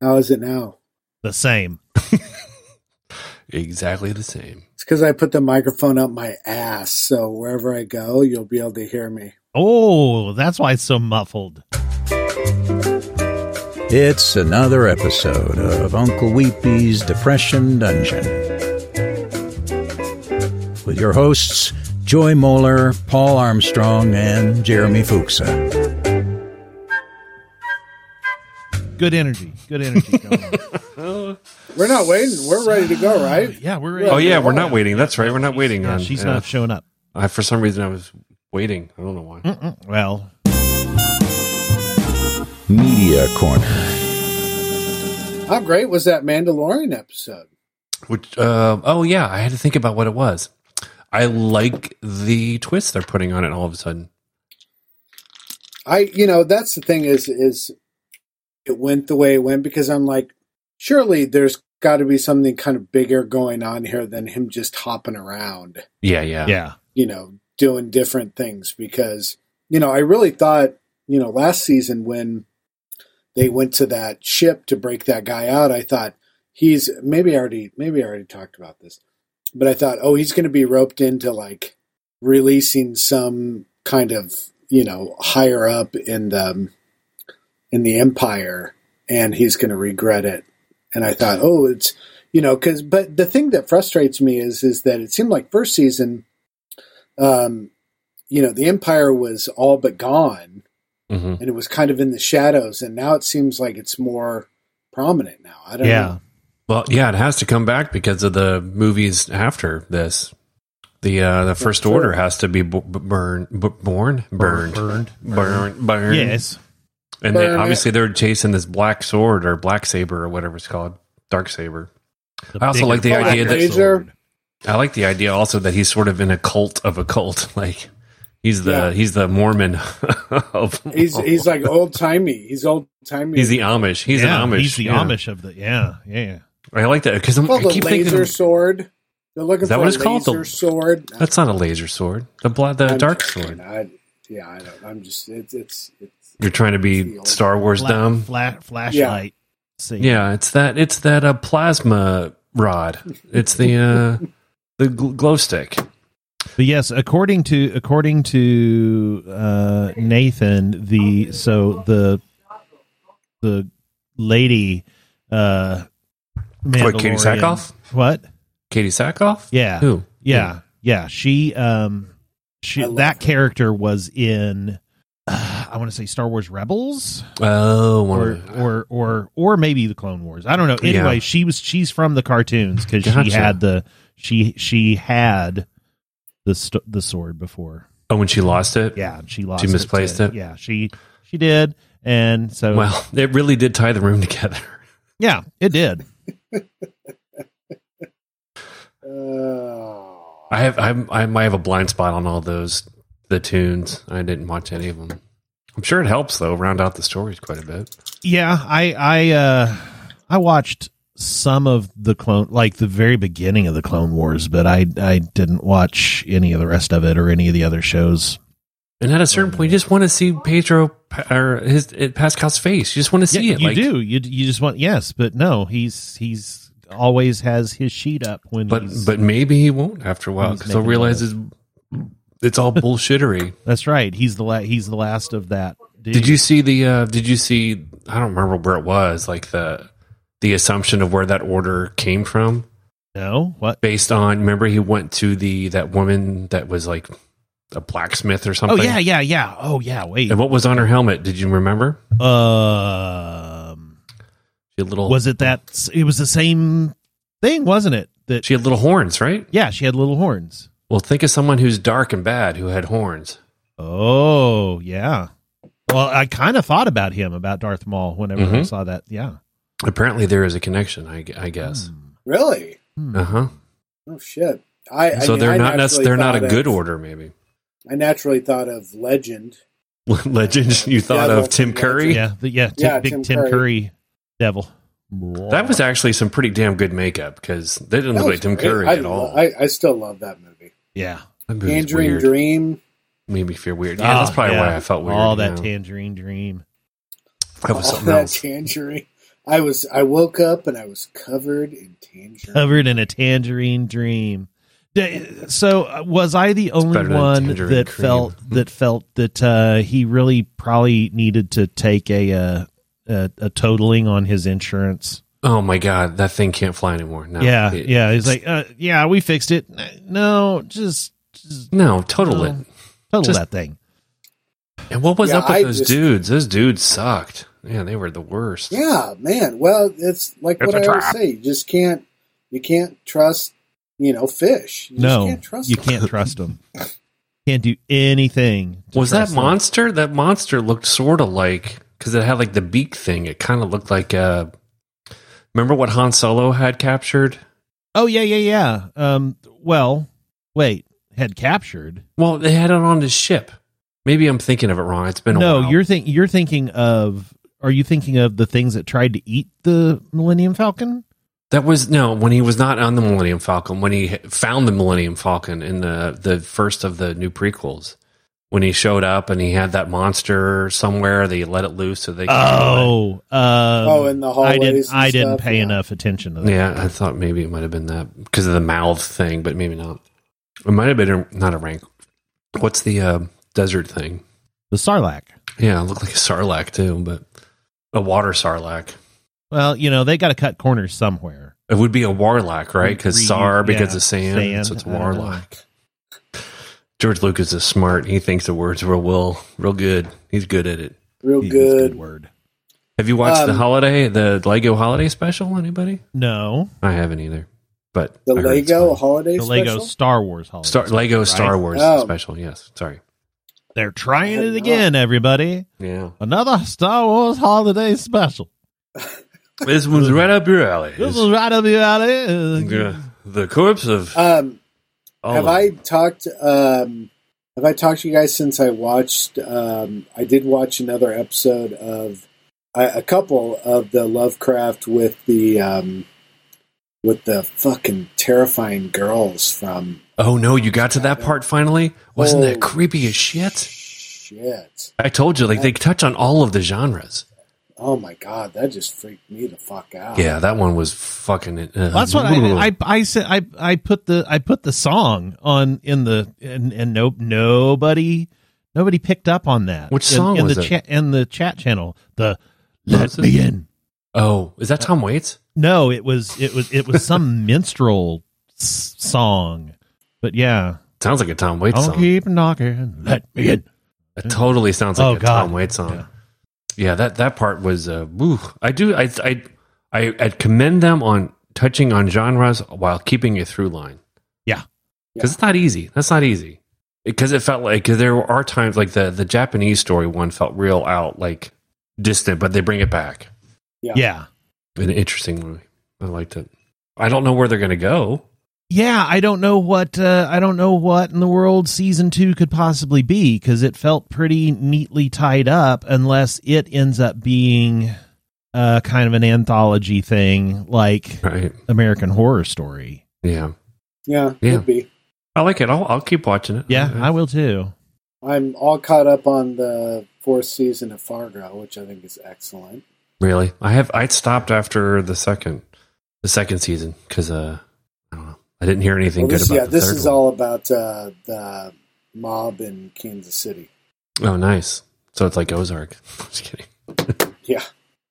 How is it now? The same. Exactly the same. It's because I put the microphone up my ass, so wherever I go, you'll be able to hear me. Oh, that's why it's so muffled. It's another episode of Uncle Weepy's Depression Dungeon with your hosts, Joy Moeller, Paul Armstrong, and Jeremy Fuchsa. Good energy. Good energy. going on. We're not waiting. We're ready to go, right? yeah, we're Yeah. Oh ready. yeah, we're not waiting. That's right. We're not waiting Yeah, on. she's yeah. not showing up. I for some reason I was waiting. I don't know why. Mm-mm. Well, Media Corner. How great was that Mandalorian episode? Which uh, oh yeah, I had to think about what it was. I like the twist they're putting on it all of a sudden. I, you know, that's the thing is, is it went the way it went because I'm like, surely there's got to be something kind of bigger going on here than him just hopping around. Yeah, yeah, yeah. you know, doing different things because, you know, I really thought, you know, last season when they went to that ship to break that guy out, I thought he's maybe I already maybe I already talked about this. But I thought, oh, he's gonna be roped into like releasing some kind of, you know, higher up in the in the empire and he's gonna regret it. And I thought, oh, it's you know, because but the thing that frustrates me is is that it seemed like first season um, you know, the empire was all but gone hmm and it was kind of in the shadows. And now it seems like it's more prominent now. I don't Yeah. know. Well, yeah, it has to come back because of the movies after this. The uh, the first sure. order has to be b- b- burned, b- born, burned, Burned. burned, burned. Yes. and they, Burn it. obviously they're chasing this black sword or black saber or whatever it's called, dark saber. The I also bigger like the black idea that- sword. I like the idea also that he's sort of in a cult of a cult. Like he's the Yeah. he's the Mormon of He's, he's like old timey. He's old timey. he's the Amish. He's Yeah, an Amish. He's the yeah. Amish of the. Yeah. Yeah. I like that because I'm called I a keep laser thinking sword. They're looking Is that for what a it's called? The- laser sword. that's not a laser sword. The blood, the I'm dark joking. sword. I, yeah, I don't. I'm just. It's. It's. it's You're trying to It's be the old- Star Wars Fla- dumb. fla- flashlight. See. Yeah, it's that it's that uh, plasma rod. It's the uh, the gl- glow stick. But yes, according to according to uh, Nathan, the so the the lady uh Wait, Katie Mandalorian- Sackhoff? What? Katie Sackhoff. Yeah. Who? Yeah. Yeah. She um I she love that her. character was in uh, I want to say Star Wars Rebels Oh, one or of the- or or or maybe the Clone Wars. I don't know. Yeah. Anyway, she was she's from the cartoons cuz she Gotcha. had the she she had the st- the sword before. oh, when she lost it. Yeah, and she lost. misplaced to- it? Yeah, she she did, and so Well, it really did tie the room together. yeah, it did. oh. I have I'm, I might have a blind spot on all those the tunes. I didn't watch any of them. I'm sure it helps though round out the stories quite a bit. Yeah, I I uh I watched some of the clone like the very beginning of the Clone Wars, but I I didn't watch any of the rest of it or any of the other shows. And at a certain point, you just want to see Pedro Pa- or his it, Pascal's face. You just want to see Yeah, it. you like, do. You you just want yes, but no. He's he's always has his sheet up when but he's, but maybe he won't after a while he's because they'll making realize it's, it's all bullshittery. that's right. He's the la- he's the last of that. Dude. Did you see the? uh Did you see? I don't remember where it was. Like the the assumption of where that order came from. know what? based on remember he went to the that woman that was like a blacksmith or Oh something. yeah, yeah, yeah. Oh yeah. Wait. And what was on her helmet? Did you remember? Um. She had little was it that it was the same thing wasn't it that she had little horns, right? yeah she had little horns Well, think of someone who's dark and bad who had horns. oh yeah well i kind of thought about him about darth maul whenever i Mhm. saw that yeah Apparently, there is a connection. I, gu- I guess. Hmm. really? Hmm. Uh huh. Oh shit! I. I So mean, they're I not nec- naturally they're not a thought of- good order. Maybe I naturally thought of Legend. legend. You thought Yeah, of Tim yeah, Curry. yeah the, yeah, Tim, Yeah, big Tim tim Curry. curry, devil That was actually some pretty damn good makeup because they didn't That look was like Tim great. Curry I, at all. I, I still love that movie. yeah that movie's Tangerine weird. Dream. Ah, Made me feel weird. Yeah, that's Oh, probably yeah. why I felt weird. all you that know. tangerine dream That was all something that else. tangerine. I was I woke up and I was covered in tangerine. covered in a tangerine dream. Da- So uh, was I the better only than one tangerine that cream. Hmm. felt that felt that uh, he really probably needed to take a, uh, a a totaling on his insurance? Oh my god, that thing can't fly anymore. No, yeah, It- yeah. He's like, uh, yeah, we fixed it. N- No, just, just no, total it. Oh. No. total Just- that thing. And what was Yeah, up with I those just- dudes? Those dudes sucked. Yeah, they were the worst. Yeah, man. Well, it's like It's what a I always trap. say. You just can't you can't trust you know fish. You no, just can't trust you them. can't trust them. Can't do anything. to Was that trust them. monster? That monster looked sort of like because it had like the beak thing. It kind of looked like uh Remember what Han Solo had captured? Oh yeah, yeah, yeah. Um, well, wait, had captured. Well, they had it on his ship. Maybe I'm thinking of it wrong. It's been a no, while. you're think you're thinking of. Are you thinking of the things that tried to eat the Millennium Falcon? that was no when he was not on the Millennium Falcon. When he h- found the Millennium Falcon in the the first of the new prequels, when he showed up and he had that monster somewhere, they let it loose so they. could Oh, um, Oh, in the I hallways didn't. and I didn't stuff, pay yeah. enough attention to that. Yeah, I thought maybe it might have been that because of the mouth thing, but maybe not. It might have been a, not a rank. What's the uh, desert thing? The Sarlacc. Yeah, it looked like a sarlacc too, but a water sarlacc. Well, you know they got to cut corners somewhere. It would be a warlock, right? Because Reed, sar because yeah, of sand, sand, uh, so it's a I don't know. warlock. George Lucas is smart. He thinks the words real well, real good. He's good at it. Real Use Oh, good. word. Have you watched the Um, holiday, the Lego holiday special? Anybody? No, I haven't either. But The I heard it's Lego fun. holiday the Lego special. Star Wars holiday. Star, Lego Star right? Wars Oh. special. Yes, sorry. They're trying I had it not. again, everybody. Yeah. Another Star Wars holiday special. This one's right up your alley. This is right up your alley. Yeah. the corpse of Um, all have of- I talked? Um, have I talked to you guys since I watched? Um, I did watch another episode of uh, a couple of the Lovecraft with the um, with the fucking terrifying girls from. Oh no, you got to that part finally? Wasn't that Oh, creepy as shit? Shit! I told you, like they touch on all of the genres. Oh my god, that just freaked me the fuck out. Yeah, that one was fucking. Uh, That's what I, I I said. I I put the I put the song on in the and and nope nobody nobody picked up on that. Which in, song in was the it? chat in the chat channel? The Was let it? me in. Oh, is that Tom Waits? No, it was it was it was some minstrel s- song. But yeah, Sounds like a Tom Waits don't song. keep knocking. Let me in. It totally sounds like Oh, a God. Tom Waits song. Yeah. Yeah. that that part was. Uh, woo. I do. I I I I'd commend them on touching on genres while keeping a through line. Yeah. because it's not easy. That's not easy. Because it felt like because there are times like the the Japanese story one felt real out like distant, but they bring it back. Yeah. Yeah. An interesting movie. I liked it. I don't know where they're gonna go. yeah i don't know what uh, i don't know what in the world season two could possibly be because it felt pretty neatly tied up unless it ends up being uh, kind of an anthology thing like Right? american horror story Yeah. yeah, Yeah. could be. I like it. I'll I'll keep watching it. yeah i will too I'm all caught up on the fourth season of Fargo, which I think is excellent. Really? I have I stopped after the second the second season because uh I don't know I didn't hear anything Well, good this, about yeah, the this third is one. all about uh, the mob in Kansas City. Oh, nice. So it's like Ozark. Just kidding. Yeah.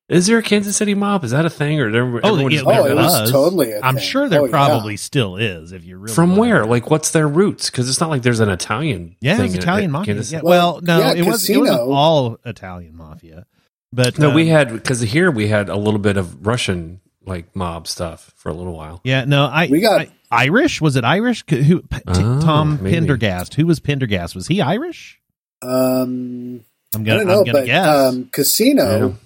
Is there a Kansas City mob? Is that a thing or everyone, Oh, everyone yeah, just Oh, there it made that up? was was. totally. Oh, i i'm sure there probably still is if you really from look. where? Like, what's their roots? Because it's not like there's an Italian. yeah it thing was in- italian in mafia Kansas- yeah, well no Yeah, it, was, it wasn't Casino. all italian mafia but No, we um, had because here we had a little bit of Russian like mob stuff for a little while. Yeah, no, I We got- I- Irish. Was it Irish? C- Who P- T- Oh, Tom maybe. Pendergast? Who was Pendergast? Was he Irish? Um, I'm I gonna, don't know, I'm gonna but guess. um, Casino,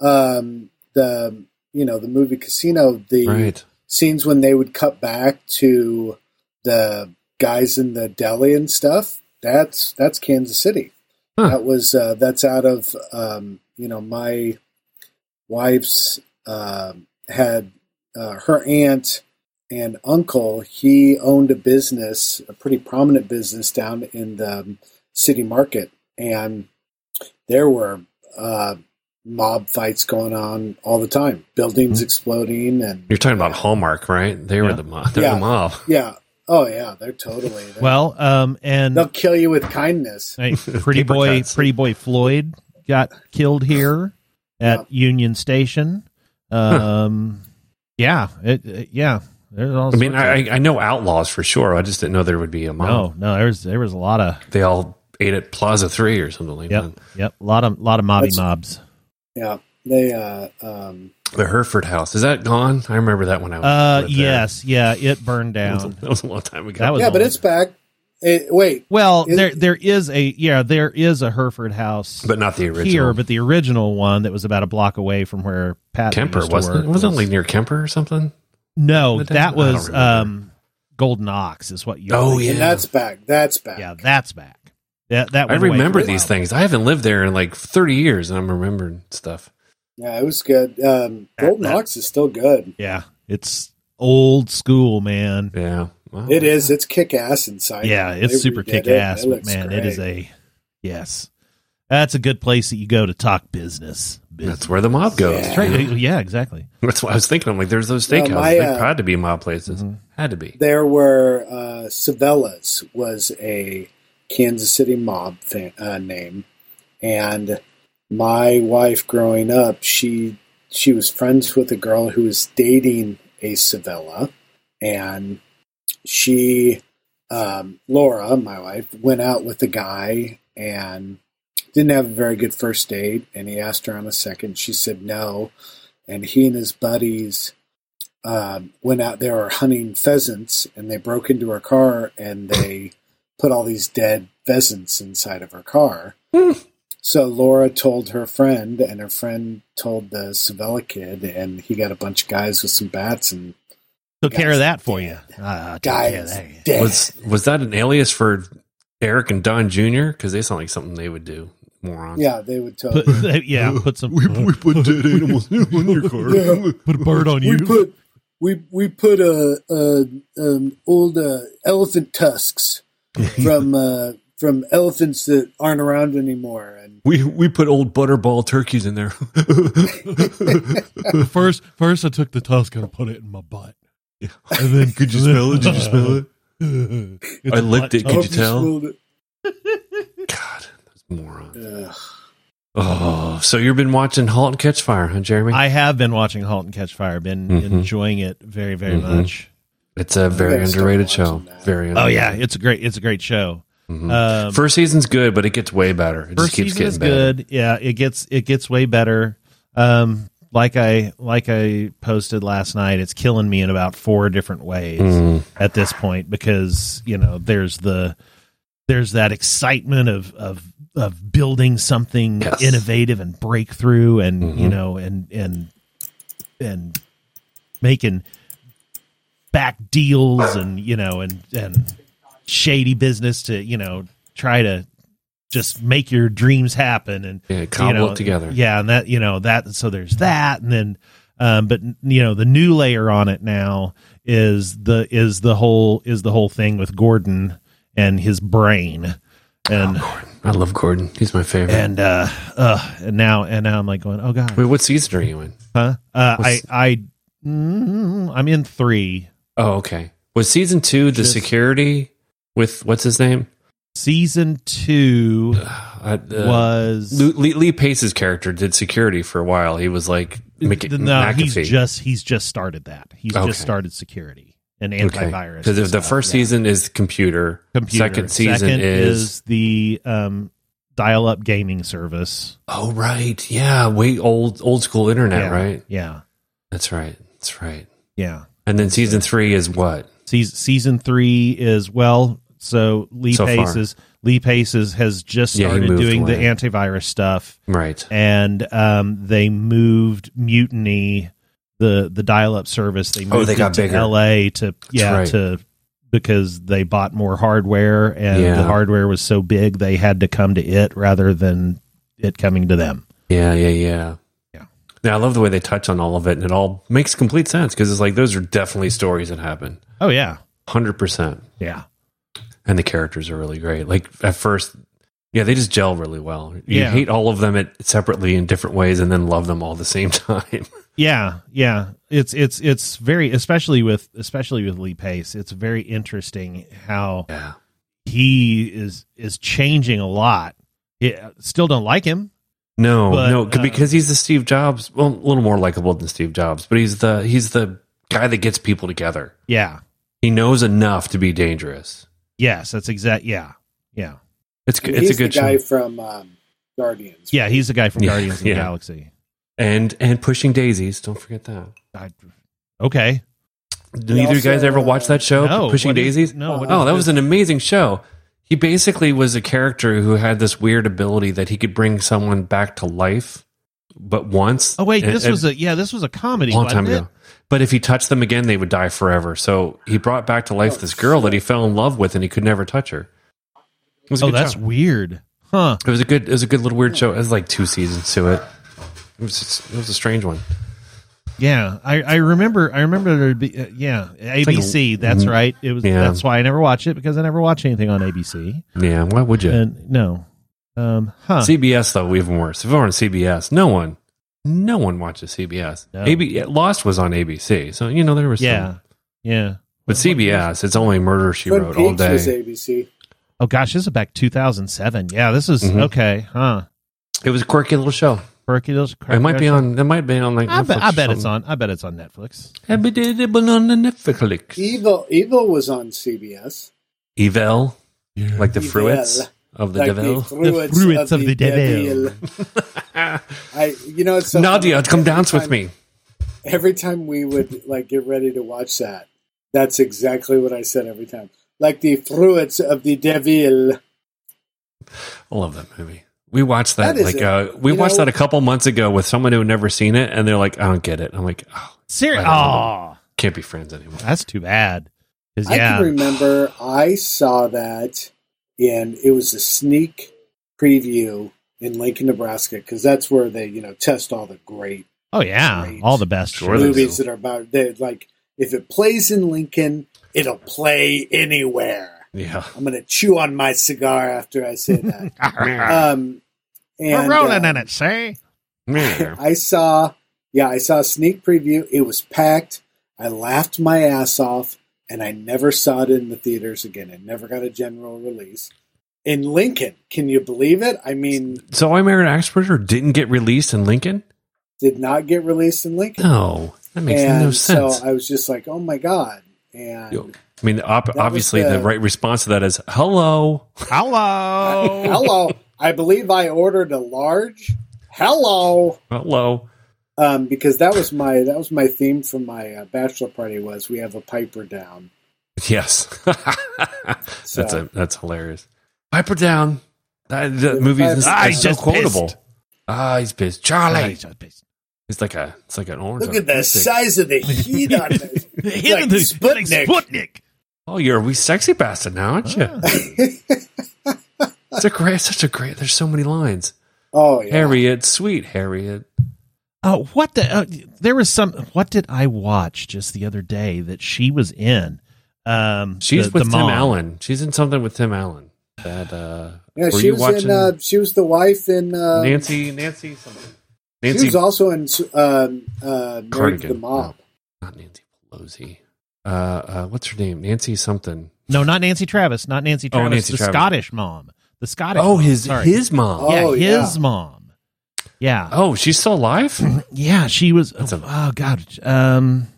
um, the you know the movie Casino, the Right. scenes when they would cut back to the guys in the deli and stuff. That's that's Kansas City. Huh. That was uh, that's out of um, you know my wife's uh, had uh, her aunt and uncle. He owned a business, a pretty prominent business down um, in the city market, and there were uh, mob fights going on all the time, buildings exploding, and Mm-hmm. You're talking about Hallmark, right? They were Yeah. the mob. They're Yeah. the mob. yeah, oh yeah, they're totally they're- Well, um, and They'll kill you with kindness. hey, pretty Paper boy, cuts. pretty boy Floyd got killed here at Union Station. Um, yeah, it, it- yeah. There's all I mean, sorts of- I, I- I know outlaws for sure. I just didn't know there would be a mob. no, no, there was there was a lot of They all ate at Plaza Three or something like yep, yep, a lot of lot of mobby That's- mobs. Yeah, they uh, um, that. The Hereford House is that gone? I remember that when I was Uh, lived Oh, there. yes, yeah, it burned That was, a, down. that was a long time ago. That was yeah, but only- it's back. It, wait, Well, Is- there there is a yeah, there is a Hereford House but not the here, original. but the original one that was about a block away from where Pat Kemper used to wasn't. work It wasn't was- like near Kemper or something. no, the town? I that don't was remember. um, Golden Ox is what you. Oh, yeah. and that's back. That's back. yeah, that's back. That that I went away remember for a these while. things. I haven't lived there in like 30 years, and I'm remembering stuff. Yeah, it was good. Um, Golden that- Ox is still good. Yeah, it's old school, man. Yeah, Well, It is. It's kick ass inside. Oh, yeah, it's They super redid it. kick ass, It but looks man, great. it is a yes. That's a good place that you go to talk business. business. That's where the mob goes. Yeah. That's right. Yeah, exactly. That's what I was thinking. I'm like, there's those Yeah, steakhouses. my, uh, they had to be mob places. Mm-hmm. Had to be. There were uh, Savella's was a Kansas City mob fa- uh, name, and my wife growing up, she she was friends with a girl who was dating a Savella, and she um, Laura, my wife, went out with a guy and didn't have a very good first date, and he asked her on a second. She said no, and he and his buddies um, went out there were hunting pheasants and they broke into her car and they put all these dead pheasants inside of her car. so Laura told her friend, and her friend told the Savella kid, and he got a bunch of guys with some bats and Took care of Guys that for you. Ah, took guy care of is that. dead. Was was that an alias for Eric and Don Jr.? Because they sound like something they would do. Morons. yeah, they would tell. Put, yeah, put some. put dead animals on your car. Yeah. put a bird on we you. put we we put uh, uh, um, old uh, elephant tusks from uh, from elephants that aren't around anymore, and We we put old butterball turkeys in there. first first I took the tusk and I put it in my butt. And then Could you smell it? Did you smell it? it? I licked it. I Could hope you tell? smelled it. God, those morons. Ugh. Oh, so you've been watching *Halt and Catch Fire*, huh, Jeremy? I have been watching *Halt and Catch Fire*. Been Mhm. enjoying it very, very Mhm. much. it's a very gotta start underrated watching show. that. Very. Oh underrated. yeah, it's a great, it's a great show. Mhm. Um, first season's good, but it gets way better. It first just keeps season getting is better. good. Yeah, it gets it gets way better. Um, like I like I posted last night, it's killing me in about four different ways Mm. at this point because you know there's the there's that excitement of of of building something Yes. innovative and breakthrough and you Mhm. know and and and making back deals and you know and and shady business to you know try to just make your dreams happen and Yeah, cobble you know, it together. Yeah, and that you know that so there's that, and then um, but you know the new layer on it now is the is the whole is the whole thing with Gordon and his brain, and Mm. I love Gordon. He's my favorite. and uh, uh and now and now I'm like going oh god Wait, what season are you in? huh uh, I what's- I mm, I'm in three Oh, okay. Was season two the Just- security with what's his name? season two Uh, uh, was Lu- Lee, Lee Pace's character did security for a while. He was like Mc- no McAfee. he's just he's just started that he's Okay. just started security and Okay. antivirus and if the stuff, first yeah. season is computer, computer. second season Second is, the um, dial-up gaming service. oh right, yeah, way old old school internet, yeah. right? Yeah, That's right, that's right. yeah. And then season three is what? Season, season three is well. So Lee So far. Paces, Lee Paces has just Yeah, he started moved doing the away. antivirus stuff, Right. and um, they moved Mutiny, the the dial-up service. They moved Oh, they it got to bigger. L.A. to yeah right. to because they bought more hardware, and Yeah. the hardware was so big they had to come to it rather than it coming to them. Yeah, yeah, yeah. Yeah. Now I love the way they touch on all of it, and it all makes complete sense because it's like those are definitely stories that happen, Oh yeah, hundred percent. yeah. And the characters are really great. Like at first, Yeah, they just gel really well. You Yeah. hate all of them at, separately in different ways, and then love them all at the same time. Yeah, yeah. It's it's it's very especially with especially with Lee Pace. It's very interesting how yeah, he is is changing a lot. Yeah, still don't like him. no, But, no, c- uh, because he's the Steve Jobs. Well, a little more likable than Steve Jobs, but he's the he's the guy that gets people together. Yeah. He knows enough to be dangerous. Yes, that's exact. Yeah, yeah, It's And good. It's a he's good the guy show. from um, Guardians. yeah. He's the guy from Yeah, Guardians of the yeah. Galaxy. and and pushing daisies. Don't forget that. I, okay. Did either of you guys also, ever watch that show, no, Pushing what is- Daisies? no, what oh, is that this? was an amazing show. He basically was a character who had this weird ability that he could bring someone back to life, but once. Oh wait, And- this and was a yeah. This was a comedy. long wasn't time ago. But if he touched them again, they would die forever. So he brought back to life Oh, this girl that he fell in love with, and he could never touch her. It was it? a Oh, good that's show. weird. Huh. it was a good it was a good little weird show. It was like two seasons to it. It was it was a strange one. Yeah, I, I remember. I remember. There be, uh, yeah, ABC. that's right. It was. mm-hmm. Yeah. That's why I never watch it because I never watch anything on ABC. Yeah, why would you? And no, um, huh? CBS though even worse. If it were on CBS, no one, no one watches CBS. No. AB Lost was on ABC, so you know there was yeah, some. yeah. But CBS, it's only Murder She Twin Wrote all Peaks was day. ABC. Oh gosh, this is back 2007. Yeah, this is Mhm. okay, huh? It was a quirky little show. Quirky little. It might be on. It might be on like. I, bet- Netflix I or bet it's something. on. I bet it's on Netflix. I bet it was on the Netflix. Evil, Evil was on CBS. Evil, Yeah. like the Evil. fruits of the like devil. the fruits, fruits of, of the, the devil. devil. I, you know, it's so Nadia, funny. come Every dance with time- me. Every time we would like get ready to watch that, that's exactly what I said every time. Like the fruits of the devil. I love that movie. We watched that, That is like it. uh, we You watched know- that a couple months ago with someone who had never seen it, and they're like, "I don't get it." I'm like, oh, Seri- I don't Oh, "Can't be friends anymore." that's too bad. 'Cause, I yeah, can remember I saw that, and it was a sneak preview in Lincoln, Nebraska, because that's where they you know test all the great oh yeah, Great. all the best. Sure. Or they movies do. that are about that like if it plays in Lincoln, it'll play anywhere. Yeah. I'm gonna chew on my cigar after I say that. We're um, and, rolling uh, in it, see? Yeah. I saw, yeah, I saw a sneak preview. It was packed. I laughed my ass off, and I never saw it in the theaters again. It never got a general release in Lincoln. Can you believe it? I mean, So I Married an Exporter didn't get released in Lincoln? did not get released in Lincoln. No. That makes and no sense. so I was just like, oh my god. And Yo, I mean, op- was obviously, the the- right response to that is hello. Hello. Hello. I believe I ordered a large. Hello. Hello. Um, because that was my that was my theme for my uh, bachelor party was we have a piper down. Yes. that's So- a, that's hilarious. Piper down. That, that movie is Piper that's down. so Just quotable. pissed. Ah, he's pissed. Ah, Charlie. he's just pissed. It's like a it's like an orange. Look on at a the toothpick. size of the heat on this. Hit Like the- Sputnik. like Sputnik. Oh, you're a wee sexy bastard now, aren't you? it's a great, such a great. There's so many lines. Oh yeah. Harriet, sweet Harriet. Uh, what the? Uh, there was some. What did I watch just the other day that she was in? Um, She's the- with the Tim mom. Allen. She's in something with Tim Allen. That uh, Yeah, were she you was watching in uh, she was the wife in uh, Nancy? Nancy something. she Nancy, was also in um uh Married to the Cardigan. Oh. Mob. not Nancy Pelosi. Uh, uh, what's her name? Nancy something. No, not Nancy Travis. Not Nancy Oh, Travis. Nancy the Travis. Scottish mom. The Scottish. Oh, mom, his sorry. his mom. Yeah, Oh, his yeah. mom. Yeah. Oh, she's still alive. Oh, Yeah, she was. That's Oh, a- God. Um.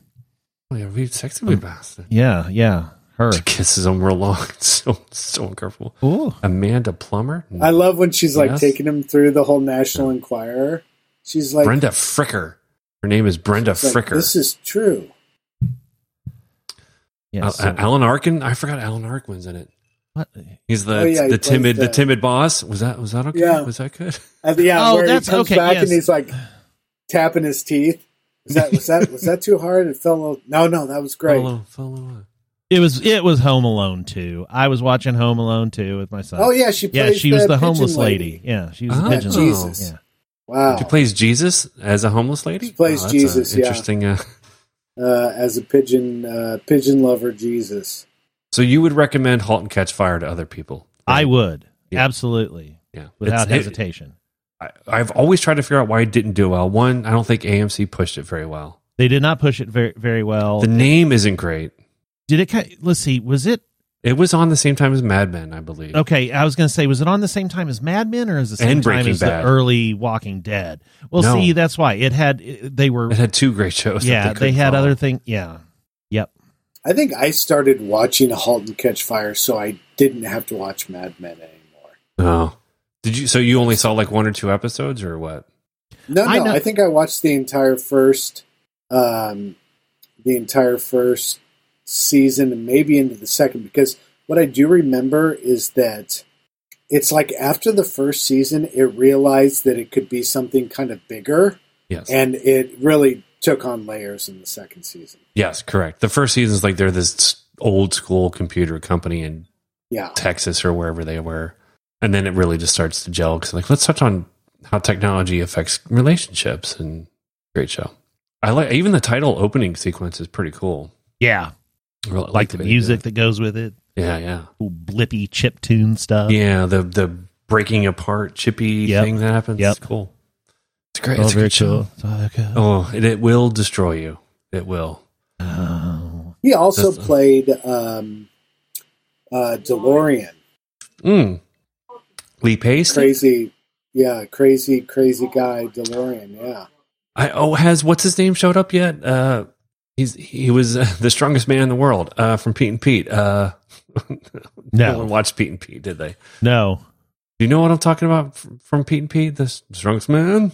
Oh, yeah, we sexy we bastard. Yeah. Yeah. Her. She kisses him real long. It's so so uncomfortable. Ooh. Amanda Plummer. I love when she's like Yes. taking him through the whole National Enquirer. She's like, Brenda Fricker. Her name is Brenda she's like, Fricker. this is true. Yeah. Al- so- Uh, Alan Arkin. I forgot Alan Arkin's in it. what? He's the Oh, yeah, he the plays timid the the- timid boss. Was that was that okay? Yeah. Was that good? Uh, yeah, Oh, where that's- he comes okay, back yes. and he's like tapping his teeth. Was that was that was that too hard? It fell. a little- No, no, that was great. uh, Follow, follow. It was. It was Home Alone too. I was watching Home Alone too with my son. Oh yeah, she Yeah, plays she was the pigeon homeless lady. Yeah, she was the Oh, pigeon lady. Jesus. Yeah. Wow, She plays Jesus as a homeless lady. Oh, She plays that's a Jesus, yeah. Interesting. Uh, uh, as a pigeon uh, pigeon lover, Jesus. so you would recommend *Halt and Catch Fire* to other people? I would Yeah. absolutely. Yeah. without It's- it- hesitation. I, I've always tried to figure out why it didn't do well. One, I don't think AMC pushed it very well. they did not push it very very well. The name isn't great. did it? ki- Let's see. Was it It was on the same time as Mad Men, I believe. okay? I was going to say, was it on the same time as Mad Men or is the same And time Breaking as Bad. the early Walking Dead? Well, No. see, that's why it had. it- They were. It had two great shows. that yeah, they couldn't had follow. other thing. Yeah. Yep. I think I started watching *Halt and Catch Fire*, so I didn't have to watch Mad Men anymore. Oh, did you? So you only saw like one or two episodes, or what? No, I no, know- I, think I watched the entire first, um, the entire first season, and maybe into the second. Because what I do remember is that it's like after the first season, it realized that it could be something kind of bigger, Yes. and it really took on layers in the second season. yes, correct. The first season's like they're this old school computer company in Yeah, Texas or wherever they were, and then it really just starts to gel. Because like, let's touch on how technology affects relationships, and great show. I like even the title opening sequence is pretty cool. Yeah. I really Like the way they did music it. that goes with it, Yeah, yeah. cool blippy chip tune stuff. Yeah, the the breaking apart chippy Uh-huh. Yep. thing that happens. Yep. It's cool. It's great. Oh, it's a very good show. cool. Oh, okay. Oh, it, it will destroy you. It will. Oh. he also That's- played um, uh, DeLorean. Mm. Lee Pace. crazy, yeah, crazy, crazy guy DeLorean. Yeah, I oh has what's his name showed up yet? Uh he's he was uh, the strongest man in the world uh from Pete and Pete. Uh No. one watched Pete and Pete, did they? No. Do you know what I'm talking about from, from Pete and Pete? The s- strongest man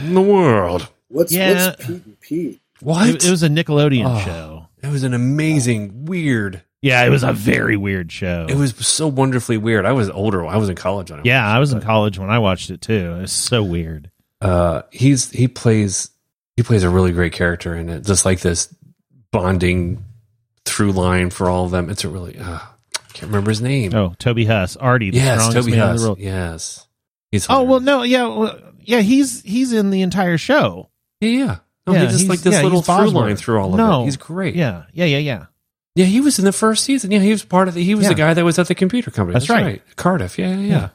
in the world. what's Yeah. what's Pete and Pete? What? It, it was a Nickelodeon Oh. show. it was an amazing weird Yeah, it was a very weird show. It was so wonderfully weird. I was older. I was in college when I Yeah, I was in college when I watched it too. It's so weird. Uh, he's he plays he plays a really great character in it. Just like this bonding through line for all of them. It's a really uh, I can't remember his name. Oh, Toby Huss, Artie, the yes, strongest Toby man in Huss. the world. Yes, he's Oh well, hilarious. no, yeah, well, yeah, he's he's in the entire show. yeah, yeah. No, Yeah, he's just he's- like this yeah, little he's through line Bosworth. through all of No. it. He's great. Yeah, yeah, yeah, yeah. yeah. He was in the first season. Yeah, he was part of the. He was the Yeah. guy that was at the computer company. That's right. Cardiff. Yeah, yeah, yeah, Yeah.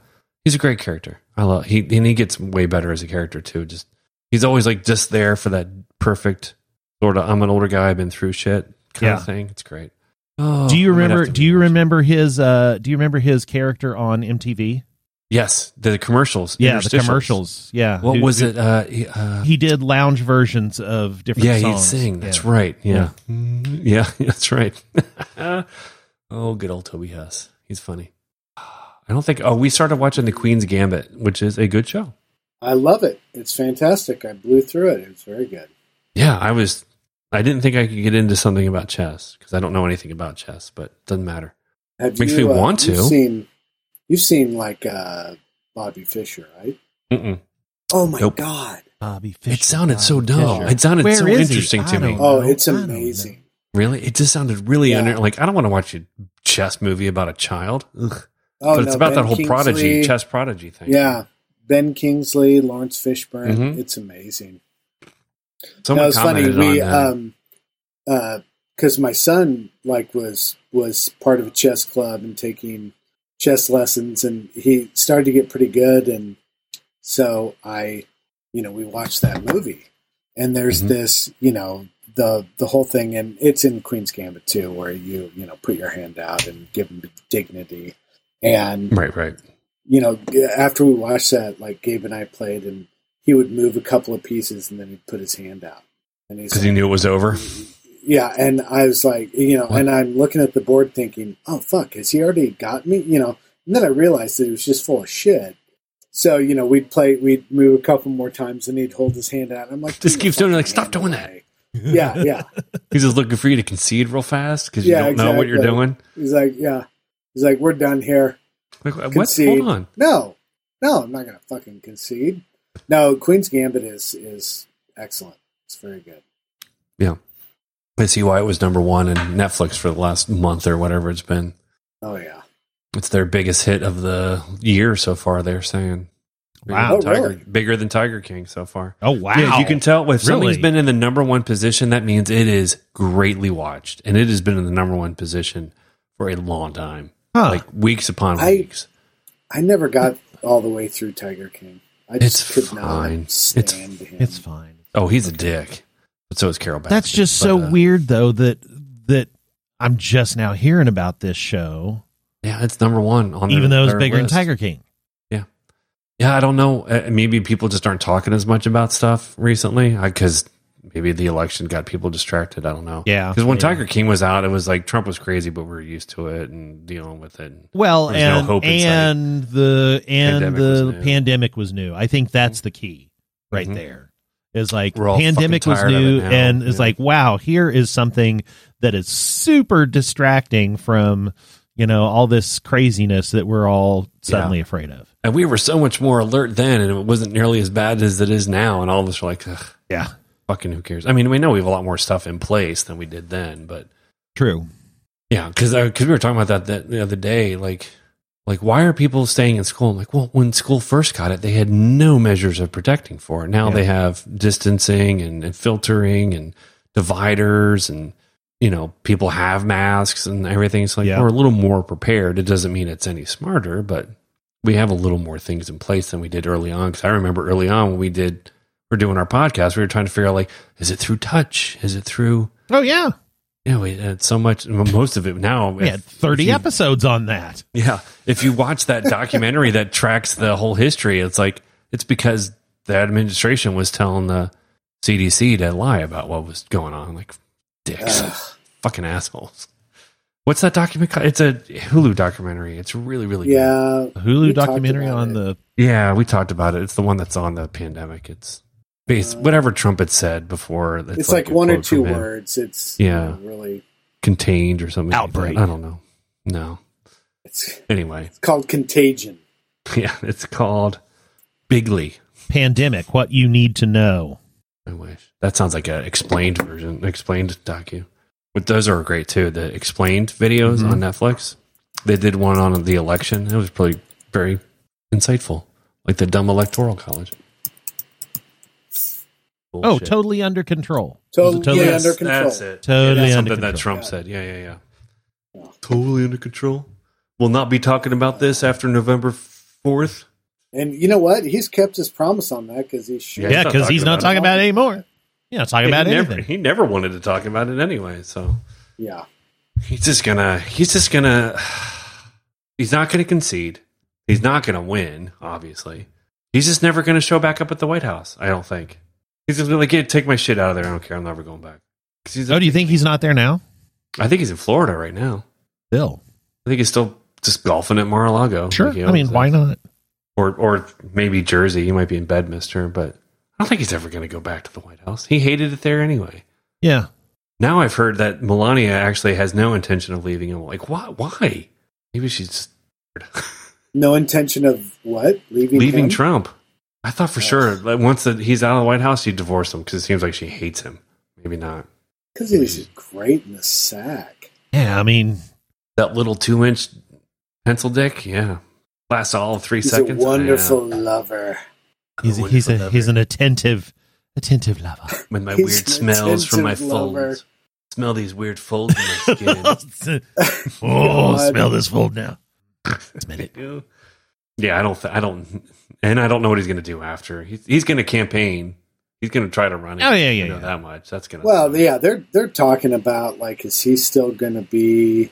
He's a great character. I love he and he gets way better as a character too. Just he's always like just there for that perfect sort of I'm an older guy. I've been through shit kind Yeah. of thing. It's great. Oh, do you I might have remember? to Do you rewatch it. remember his? uh Do you remember his character on MTV? Yes, the commercials. Yeah, the interstitials. commercials. Yeah, What Who- was who- it? Uh, he- uh, He did lounge versions of different. yeah, songs. he'd sing. That's right. Yeah. Mm, Yeah, that's right. oh, good old Toby Huss. He's funny. I don't think. Oh, we started watching The Queen's Gambit, which is a good show. I love it. It's fantastic. I blew through it. It's very good. Yeah, I was. I didn't think I could get into something about chess because I don't know anything about chess, but it doesn't matter. Have uh, Makes me want to. You've seen, you've seen like uh, Bobby Fisher, right? Mm-mm. Oh my Nope. god! Bobby Fischer. It sounded so Bobby dumb. Fischer. It sounded Where so is he? interesting I to me. don't Oh, know. it's I don't know. amazing. Really, it just sounded really Yeah. under, like I don't want to watch a chess movie about a child. Ugh. Oh, but it's no, about Ben that whole Kingsley. prodigy, chess prodigy thing. Yeah, Ben Kingsley, Lawrence Fishburne. Mhm. It's amazing. someone that was funny. commented We on. uh, um, because my son like was was part of a chess club and taking chess lessons, and he started to get pretty good, and so I, you know, we watched that movie, and there's Mhm. this, you know, the the whole thing, and it's in Queen's Gambit too, where you you know put your hand out and give him dignity, and right, right. you know, after we watched that, like Gabe and I played, and he would move a couple of pieces and then he'd put his hand out. And he's because he like, knew it was over. yeah, and I was like, you know, and I'm looking at the board thinking, oh fuck, has he already got me? You know, and then I realized that he was just full of shit. So you know, we'd play, we'd move a couple more times, and he'd hold his hand out. And I'm like, Just "Dude, keeps doing it, like, fucking stop hand doing away." Yeah, yeah. He's just looking for you to concede real fast because you Yeah, don't know what you're exactly. doing. He's like, yeah. He's like, we're done here. Like, what? concede. Hold on. No, no, I'm not going to fucking concede. No, Queen's Gambit is is excellent. It's very good. Yeah. I see why it was number one in Netflix for the last month or whatever it's been. Oh yeah. It's their biggest hit of the year so far. They're saying, Bigger Wow. than Oh, Tiger, really? bigger than Tiger King so far. Oh wow! Yeah, you can tell if something's Really? been in the number one position, that means it is greatly watched, and it has been in the number one position for a long time, Huh. like weeks upon I- weeks. I never got all the way through Tiger King. I It's just could fine. not It's- stand him. It's fine. Oh, he's a dick. But so is Carol. Baskin. That's just so But, uh, weird though that that I'm just now hearing about this show, Yeah, it's number one on even their- though it's their bigger list. than Tiger King. Yeah, I don't know. Uh, Maybe people just aren't talking as much about stuff recently because maybe the election got people distracted. I don't know. Yeah, because when yeah. Tiger King was out, it was like Trump was crazy, but we are used to it and dealing with it. Well, There's no and hope in sight. and the and Pandemic the was new. pandemic was new. I think that's the key right Mhm. there. Is like We're all pandemic fucking was tired of new it now, and it's yeah. like wow, here is something that is super distracting from you know all this craziness that we're all suddenly afraid of. And we were so much more alert then, and it wasn't nearly as bad as it is now. And all of us were like, Ugh, Yeah, "Fucking who cares?" I mean, we know we have a lot more stuff in place than we did then, but true. Yeah, because we were talking about that, that the other day. Like, like why are people staying in school? I'm like, well, when school first got it, they had no measures of protecting for it. Now Yeah. they have distancing and, and filtering and dividers, and you know, people have masks and everything. It's like Yeah. we're a little more prepared. It doesn't mean it's any smarter, but we have a little more things in place than we did early on. Because I remember early on when we did. We're doing our podcast. We were trying to figure out like, is it through touch? Is it through Oh yeah, yeah, we had so much. Most of it now. we if- had thirty if you- episodes on that. Yeah, if you watch that documentary that tracks the whole history, it's like it's because the administration was telling the CDC to lie about what was going on. Like dicks, fucking assholes. What's that document? called? It's a Hulu documentary. It's really, really good. yeah, A Hulu We talked documentary about on it. the Yeah, we talked about it. It's the one that's on the pandemic. It's based whatever Trump had said before. Uh, it's, like, a one or quote from two him. words. It's Yeah. you know, really. contained or something. like that. Outbreak. I don't know. No. It's, Anyway, it's called Contagion. Yeah, it's called Bigley. pandemic. What you need to know. I wish that sounds like an explained version, explained docu. But those are great too. The explained videos Mm-hmm. on Netflix. They did one on the election. It was probably very insightful, like the dumb electoral college. Oh, Bullshit. totally under control. Totally, totally yeah, Yes, under control. That's it. Totally that's under something that control. Trump said. Yeah, yeah, yeah. Totally under control. We'll not be talking about this after November fourth. And you know what? He's kept his promise on that because he should. Yeah, Yeah, he's not because he's talking not about talking it. about it anymore. Yeah, talking about he anything. never, he never wanted to talk about it anyway, so. Yeah. He's just gonna. He's just gonna. He's not gonna concede. He's not gonna win. Obviously, he's just never gonna show back up at the White House. I don't think. He's just gonna like, yeah, take my shit out of there. I don't care. I'm never going back. 'Cause he's- Oh, do you think he's not there now? I think he's in Florida right now. Bill. I think he's still just golfing at Mar-a-Lago. Sure. like he I mean, always why is. not? Or or maybe Jersey. He might be in Bedminster, but I don't think he's ever gonna go back to the White House. He hated it there anyway. Yeah. Now I've heard that Melania actually has no intention of leaving. I'm like, why? Why? Maybe she's just No intention of what? Leaving, leaving him? Trump. I thought for sure that once that he's out of the White House, she divorced him because it seems like she hates him. Maybe not. Because he was just great in the sack. Yeah, I mean, That little two inch pencil dick, yeah, lasts all of three He's seconds. a wonderful lover. he's a, he's a he's an attentive attentive lover. With my he's weird an smells from my attentive lover. folds. Smell these weird folds in my oh, God. smell this fold now. Smell it. skin. yeah, I don't. Th- I don't. And I don't know what he's going to do after. He's, he's going to campaign. He's going to try to run. Oh, yeah, yeah, I know yeah. that much. That's going to. Well, yeah, they're they're talking about like, is he still going to be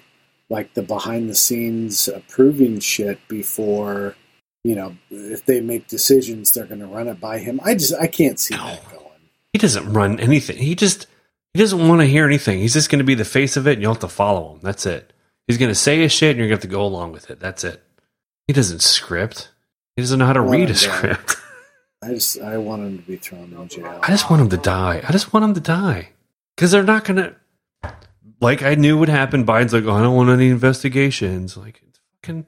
like the behind the scenes approving shit before you know if they make decisions, they're going to run it by him. I just I can't see that going. he doesn't run anything. He just he doesn't want to hear anything. He's just going to be the face of it, and you'll have to follow him. That's it. He's going to say his shit, and you're going to have to go along with it. That's it. He doesn't script. He doesn't know how to Well, read yeah. a script. I just I want him to be thrown in jail. I just want him to die. I just want him to die because they're not going to. Like I knew would happen. Biden's like, oh, I don't want any investigations. Like, fucking,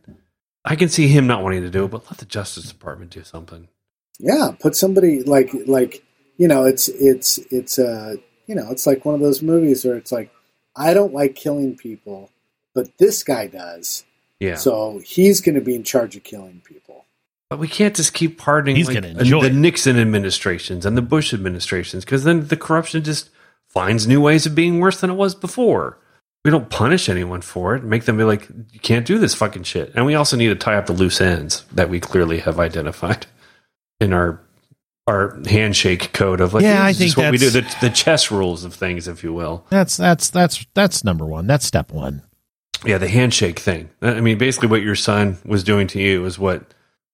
I can see him not wanting to do it, but let the Justice Department do something. Yeah, put somebody like like you know it's it's it's uh you know it's like one of those movies where it's like I don't like killing people, but this guy does, Yeah. so he's going to be in charge of killing people. But we can't just keep pardoning He's like, gonna enjoy the it. Nixon administrations and the Bush administrations because then the corruption just finds new ways of being worse than it was before. we don't punish anyone for it. Make them be like, you can't do this fucking shit. And we also need to tie up the loose ends that we clearly have identified in our our handshake code of like, Yeah, this I is think what we do that's- the, the chess rules of things, if you will. That's that's that's that's number one. That's step one. Yeah, the handshake thing. I mean, basically, what your son was doing to you is what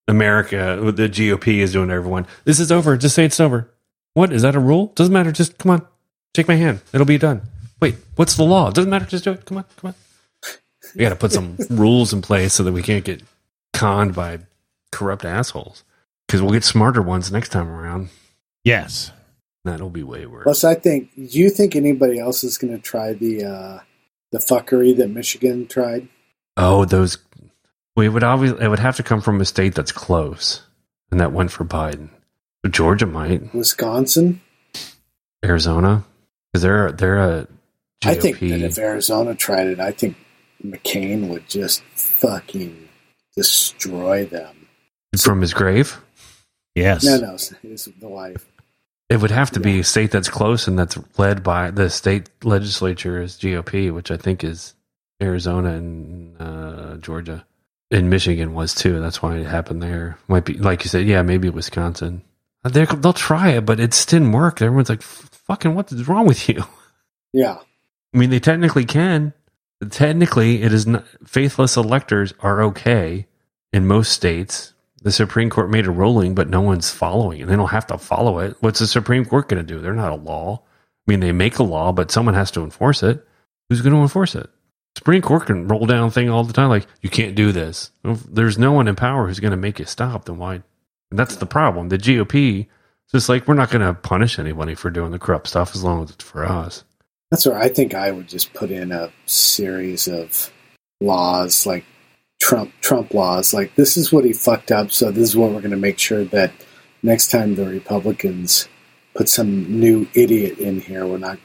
America, what the GOP is doing to everyone. This is over. Just say it's over. What is that a rule? Doesn't matter. Just come on, shake my hand. It'll be done. Wait, what's the law? Doesn't matter. Just do it. Come on, come on. We got to put some rules in place so that we can't get conned by corrupt assholes. Because we'll get smarter ones next time around. Yes. That'll be way worse. Plus, I think. Do you think anybody else is going to try the uh, the fuckery that Michigan tried? Oh, those. We would always. It would have to come from a state that's close, and that went for Biden. Georgia might, Wisconsin. Arizona, because they're they're a GOP. I think that if Arizona tried it, I think McCain would just fucking destroy them. from his grave. Yes. No, no, it's the wife. It would have to be a state that's close and that's led by the state legislature is GOP, which I think is Arizona and uh, Georgia. And Michigan was too. That's why it happened there. Might be like you said, yeah, maybe Wisconsin. They're, they'll try it, but it didn't work. Everyone's like, "Fucking, what is wrong with you?" Yeah, I mean, they technically can. Technically, it is not, faithless electors are okay in most states. The Supreme Court made a ruling, but no one's following it. They don't have to follow it. What's the Supreme Court going to do? They're not a law. I mean, they make a law, but someone has to enforce it. Who's going to enforce it? Supreme Court can roll down thing all the time, like you can't do this. If there's no one in power who's going to make it stop. Then why? And that's the problem. The GOP is just like we're not going to punish anybody for doing the corrupt stuff as long as it's for us. that's where I think I would just put in a series of laws like Trump Trump laws. Like this is what he fucked up, so this is what we're going to make sure that next time the Republicans put some new idiot in here, we're not,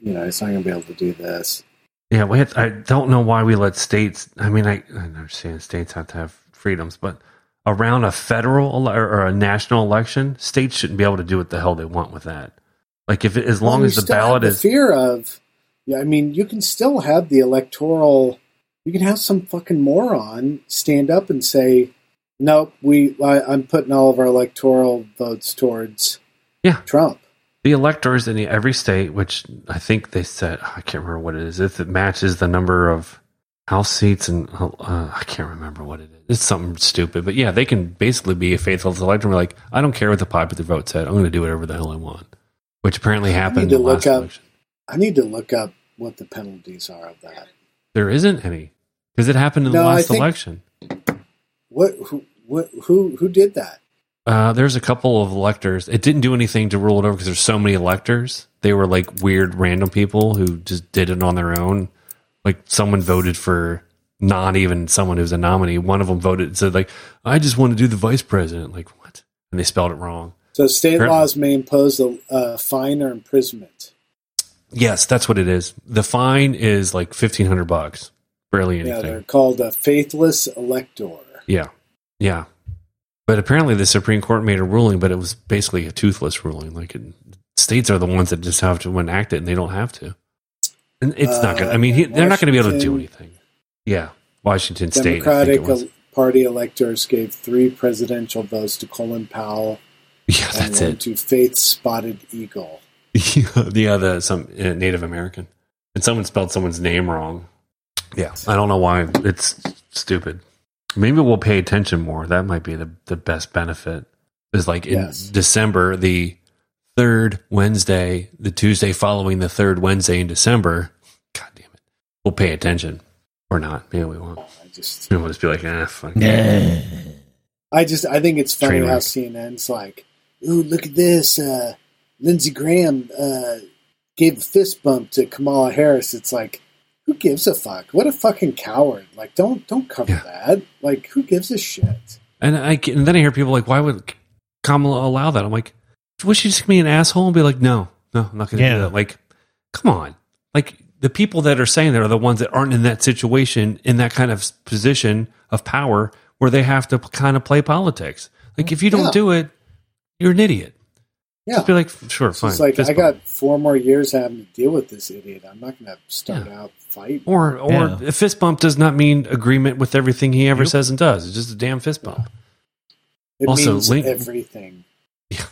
you know, he's not going to be able to do this. Yeah, we have, I don't know why we let states. I mean, I, I understand states have to have freedoms, but around a federal ele- or a national election, states shouldn't be able to do what the hell they want with that. Like if it, as long Well, as you the still have ballot is fear of yeah i mean you can still have the electoral you can have some fucking moron stand up and say nope we I, i'm putting all of our electoral votes towards Yeah. trump the electors in every state, which I think they said I can't remember what it is. If it matches the number of House seats and uh, I can't remember what it is. It's something stupid, but yeah, they can basically be a faithful elector. and be Like I don't care what the popular vote said. I'm going to do whatever the hell I want, which apparently happened. in to the look last up- election. i need to look up what the penalties are of that There isn't any because it happened in the No, I last think- election. what who what, who who did that Uh, there's a couple of electors. It didn't do anything to rule it over because there's so many electors. They were like weird random people who just did it on their own. Like someone voted for not even someone who's a nominee. One of them voted and said like, "I just want to do the vice president." Like what? And they spelled it wrong. so state Apparently- laws may impose a, a fine or imprisonment Yes, that's what it is. The fine is like fifteen hundred bucks. Barely yeah anything. they're called a faithless elector Yeah. Yeah. But apparently the Supreme Court made a ruling, but it was basically a toothless ruling. Like it, states are the ones that just have to enact it and they don't have to. And it's not going to, I mean, he, they're not going to be able to do Washington- anything. Yeah. Washington State. I think Democratic it was. Party electors gave three presidential votes to Colin Powell yeah, and that's one it. to Faith Spotted Eagle. the other, some uh, Native American. And someone spelled someone's name wrong. Yeah. I don't know why. It's stupid. Maybe we'll pay attention more. That might be the, the best benefit. Is like in Yes. December, the third Wednesday, the Tuesday following the third Wednesday in December. God damn it. We'll pay attention or not. Maybe we won't. I just, Maybe we'll just be like, ah, fuck. I just, I think it's funny Train how wreck. CNN's like, "Ooh, look at this! Uh, Lindsey Graham uh, gave a fist bump to Kamala Harris." It's like, who gives a fuck? What a fucking coward! Like, don't, don't cover Yeah. that. Like, who gives a shit? And I get- and then I hear people like, why would Kamala allow that? I'm like, would she just be an asshole and be like, no, no, I'm not going to Yeah. do that. Like, come on. Like the people that are saying that are the ones that aren't in that situation, in that kind of s- position of power where they have to p- kind of play politics. Like if you don't Yeah. do it, you're an idiot. Yeah. Just be like, So sure, fine. it's like fist I bump. got four more years having to deal with this idiot. I'm not going to start out fighting. Or or Yeah. a fist bump does not mean agreement with everything he ever Nope. says and does. It's just a damn fist bump. It Also, means Link- everything.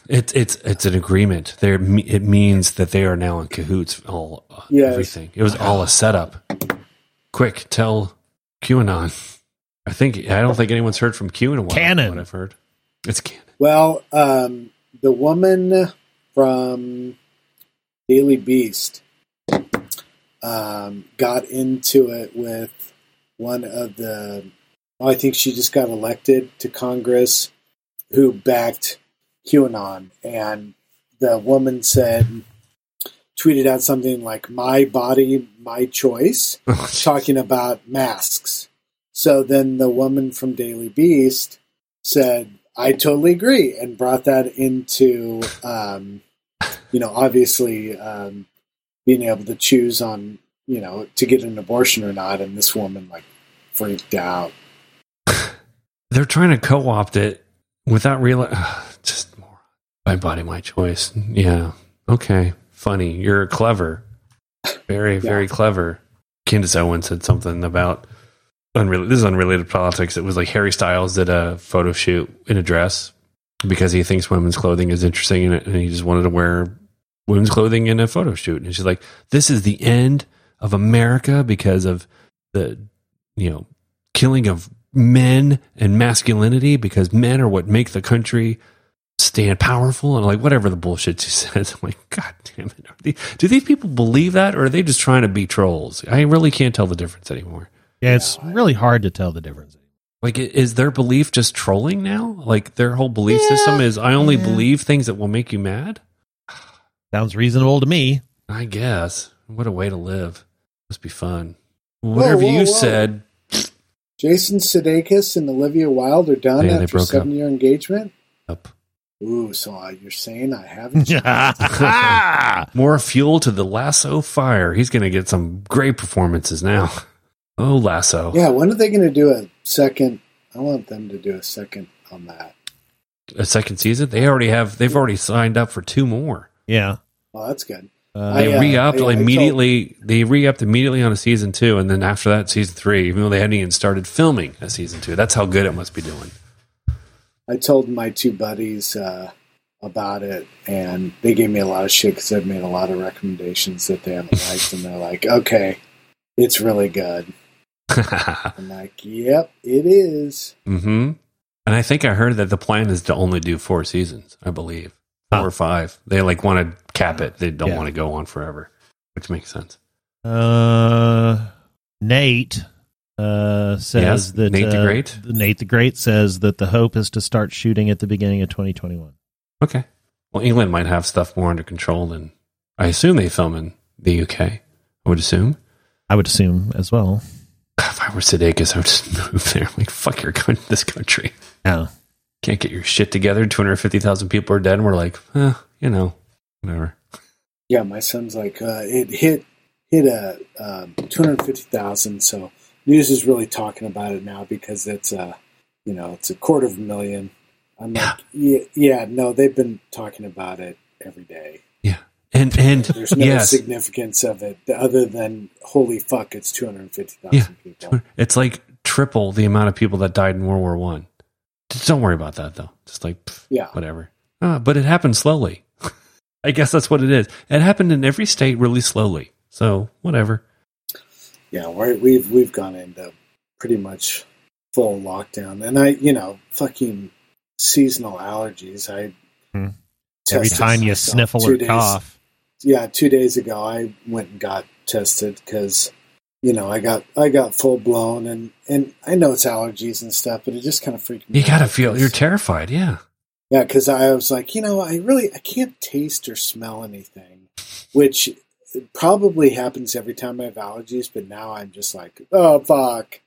It's it's it's an agreement. There it means that they are now in cahoots. All uh, Yes. everything. It was all a setup. Quick, tell QAnon. I think I don't think anyone's heard from Q in a while. Canon. What I've heard, it's canon. Well, um, the woman from Daily Beast um, got into it with one of the. Oh, I think she just got elected to Congress, who backed QAnon, and the woman said, tweeted out something like "My body, my choice." talking about masks. So then the woman from Daily Beast said, "I totally agree," and brought that into, um, you know, obviously um, being able to choose on, you know, to get an abortion or not. And this woman like freaked out. They're trying to co-opt it without realizing. just more. My body, my choice. Yeah. Okay. Funny. You're clever. Very, very clever. Candace Owen said something about unrelated. This is unrelated politics. It was like Harry Styles did a photo shoot in a dress because he thinks women's clothing is interesting and, and he just wanted to wear women's clothing in a photo shoot. And she's like, "This is the end of America because of the you know killing of men and masculinity because men are what make the country." Stand powerful and like whatever the bullshit she says. I'm like, God damn it. Are they, do these people believe that or are they just trying to be trolls? I really can't tell the difference anymore. Yeah, it's really hard to tell the difference. Like, i- is their belief just trolling now? Like, their whole belief system is I only believe things that will make you mad? Sounds reasonable to me. I guess. What a way to live. Must be fun. Whatever whoa, you whoa. said, Jason Sudeikis and Olivia Wilde are done Yeah, they after broke up. seven-year engagement. up. Ooh, so uh, you're saying I Hmm. haven't? More fuel to the lasso fire. He's going to get some great performances now. Oh, lasso. yeah, when are they going to do a second? I want them to do a second on that. A second season? They already have, they've already signed up for two more. yeah. Well, that's good. Uh, I, They uh, re upped I- I immediately. they re upped immediately on a season two, and then after that, season three. Even though they hadn't even started filming a season two, that's how good it must be doing. I told my two buddies uh, about it, and they gave me a lot of shit because I've made a lot of recommendations that they haven't liked, and they're like, "Okay, it's really good." Ah. I'm like, "Yep, it is." hmm And I think I heard that the plan is to only do four seasons. I believe four Huh. or five. They like want to cap it. They don't Yeah. want to go on forever, which makes sense. uh, Nate uh, says Yes, that Nate the uh, Great? Nate the Great says that the hope is to start shooting at the beginning of 2021. Okay. Well, England might have stuff more under control than I assume they film in the UK. I would assume. I would assume as well. If I were Sudeikis, I would just move there. Like fuck your coun- this country. Yeah. can't get your shit together. 250,000 people are dead. And we're like, eh, you know, whatever. Yeah, my son's like, uh, "It hit hit a um, two hundred fifty thousand, so news is really talking about it now because it's a, you know, it's a quarter of a million. I'm like, yeah, yeah no, they've been talking about it every day. And, and There's no yes, significance of it other than holy fuck, it's 250,000 people. it's like triple the amount of people that died in World War One. Just don't worry about that though. Just like, pff, Yeah. whatever. Ah, but it happened slowly. I guess that's what it is. It happened in every state really slowly. So whatever. Yeah, we're, we've we've gone into pretty much full lockdown, and I, you know, fucking seasonal allergies. I Hmm. Every tested time you myself sniffle two or days- cough. Yeah, two days ago, I went and got tested because you know I got I got full blown, and and I know it's allergies and stuff, but it just kind of freaked me. You gotta out feel, 'cause- you're terrified. Yeah. Yeah, because I was like, you know, I really I can't taste or smell anything, which probably happens every time I have allergies. But now I'm just like, oh fuck.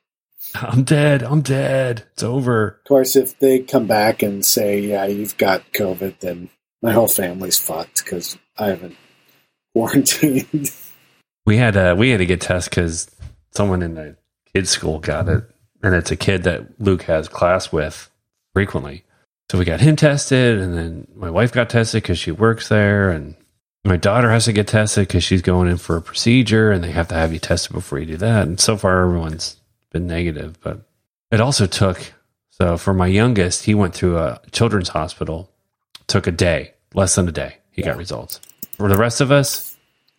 I'm dead. I'm dead. It's over. Of course, if they come back and say, yeah, you've got COVID, then my whole family's fucked because I haven't quarantined. We had uh, we had to get tests because someone in the kids' school got it, and it's a kid that Luke has class with frequently. So we got him tested, and then my wife got tested because she works there, and my daughter has to get tested because she's going in for a procedure, and they have to have you tested before you do that. And so far, everyone's been negative, but it also took. So for my youngest, he went through a children's hospital, took a day, less than a day. He got results. For the rest of us,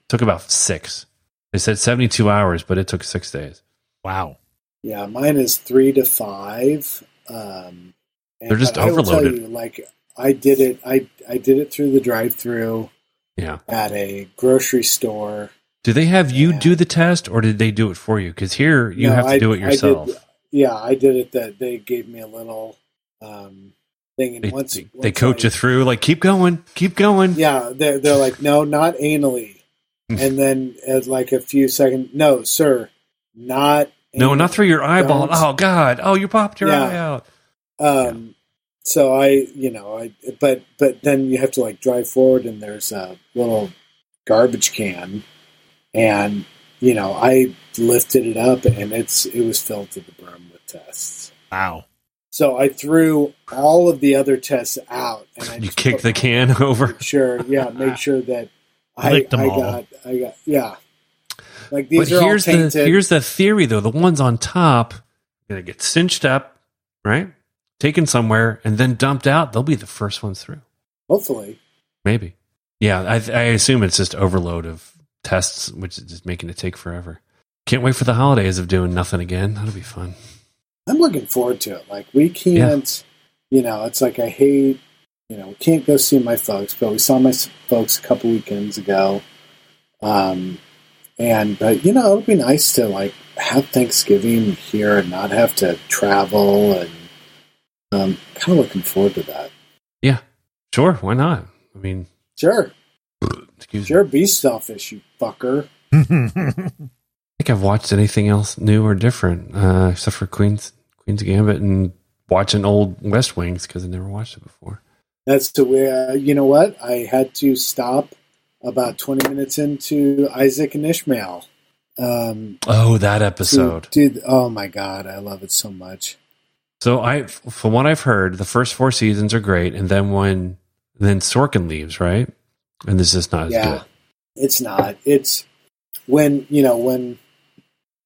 took about six. They said seventy-two hours, but it took six days. Wow. Yeah, mine is three to five. Um, and- They're just but I will tell overloaded. you, like I did it, I I did it through the drive-through Yeah. at a grocery store. Do they have you Yeah. do the test, or did they do it for you? Because here you No, have to I- do it I did- yourself. Yeah, I did it. That they gave me a little um, thing, and They, once they, once they coach I- you through, like keep going, keep going. Yeah, they're, they're like, no, not anally. and then at like a few seconds, no, sir, not. No, not anally." through your eyeball. Don't. Oh God! Oh, you popped your Yeah. eye out. Um, so I, you know, I, but, but then you have to like drive forward and there's a little garbage can and, you know, I lifted it up and it's, it was filled to the brim with tests. Wow. So I threw all of the other tests out and I You just kicked the put- can over. make sure, yeah, make sure that I, Licked 'em I all. got, I got, yeah. Like these but are here's all the tainted. here's the theory though. The ones on top gonna get cinched up, right? Taken somewhere and then dumped out. They'll be the first ones through. Hopefully, Maybe. Yeah, I, I assume it's just overload of tests, which is just making it take forever. Can't wait for the holidays of doing nothing again. That'll be fun. I'm looking forward to it. Like we can't, you know, it's like I hate, you know, we can't go see my folks, but we saw my s- folks a couple weekends ago. Um, and but you know, it would be nice to like have Thanksgiving here and not have to travel and. Um, kind of looking forward to that. Sure, why not? I mean, Sure, excuse me. sure, be selfish, you fucker. I think I've watched anything else new or different uh, except for Queen's Queen's Gambit and watching old West Wings because I never watched it before. That's the way. Uh, you know what? I had to stop about twenty minutes into Isaac and Ishmael. Um, Oh, that to- episode. dude. Oh my god, I love it so much. So I, from what I've heard, the first four seasons are great, and then when then Sorkin leaves, right? And this is not as Yeah. good. It's not. It's when you know when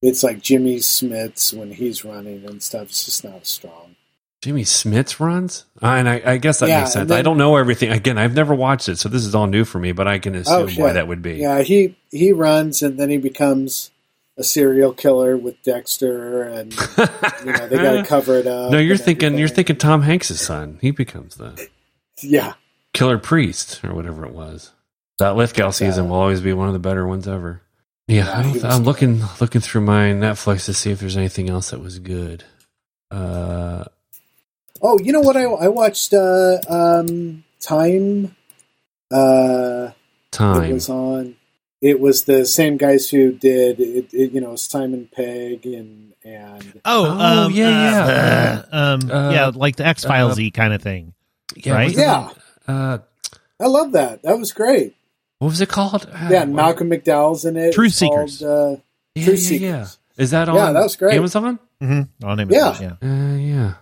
it's like Jimmy Smith's when he's running and stuff. It's just not as strong. Jimmy Smith's runs, Ah, and I, I guess that Yeah, makes sense. and then- I don't know everything. Again, I've never watched it, so this is all new for me. But I can assume why shit. that would be. Oh, Yeah, he he runs and then he becomes a serial killer with Dexter, and you know they got to cover it up. no, you're and thinking you're everything. thinking Tom Hanks' son. He becomes the Yeah, killer priest or whatever it was. That Lithgow season Yeah. will always be one of the better ones ever. Yeah, Yeah, I he don't, was- I'm looking looking through my Netflix to see if there's anything else that was good. Uh, Oh, you know what? I, I watched uh, um, Time. Uh, it time. was on. It was the same guys who did it. it you know, Simon Pegg and and Oh, Oh, um, yeah, uh, um, Uh, yeah, like the X Files y kind of thing. right? was it- yeah, Uh, I love that. That was great. what was it called? Ah, Yeah, what- Malcolm McDowell's in it. It's Truth called, Seekers. uh, Yeah, Truth yeah, yeah. Seekers. Is that on? Yeah, that was great. Amazon. Mm-hmm. On Amazon. Yeah. Yeah. yeah. Uh, yeah,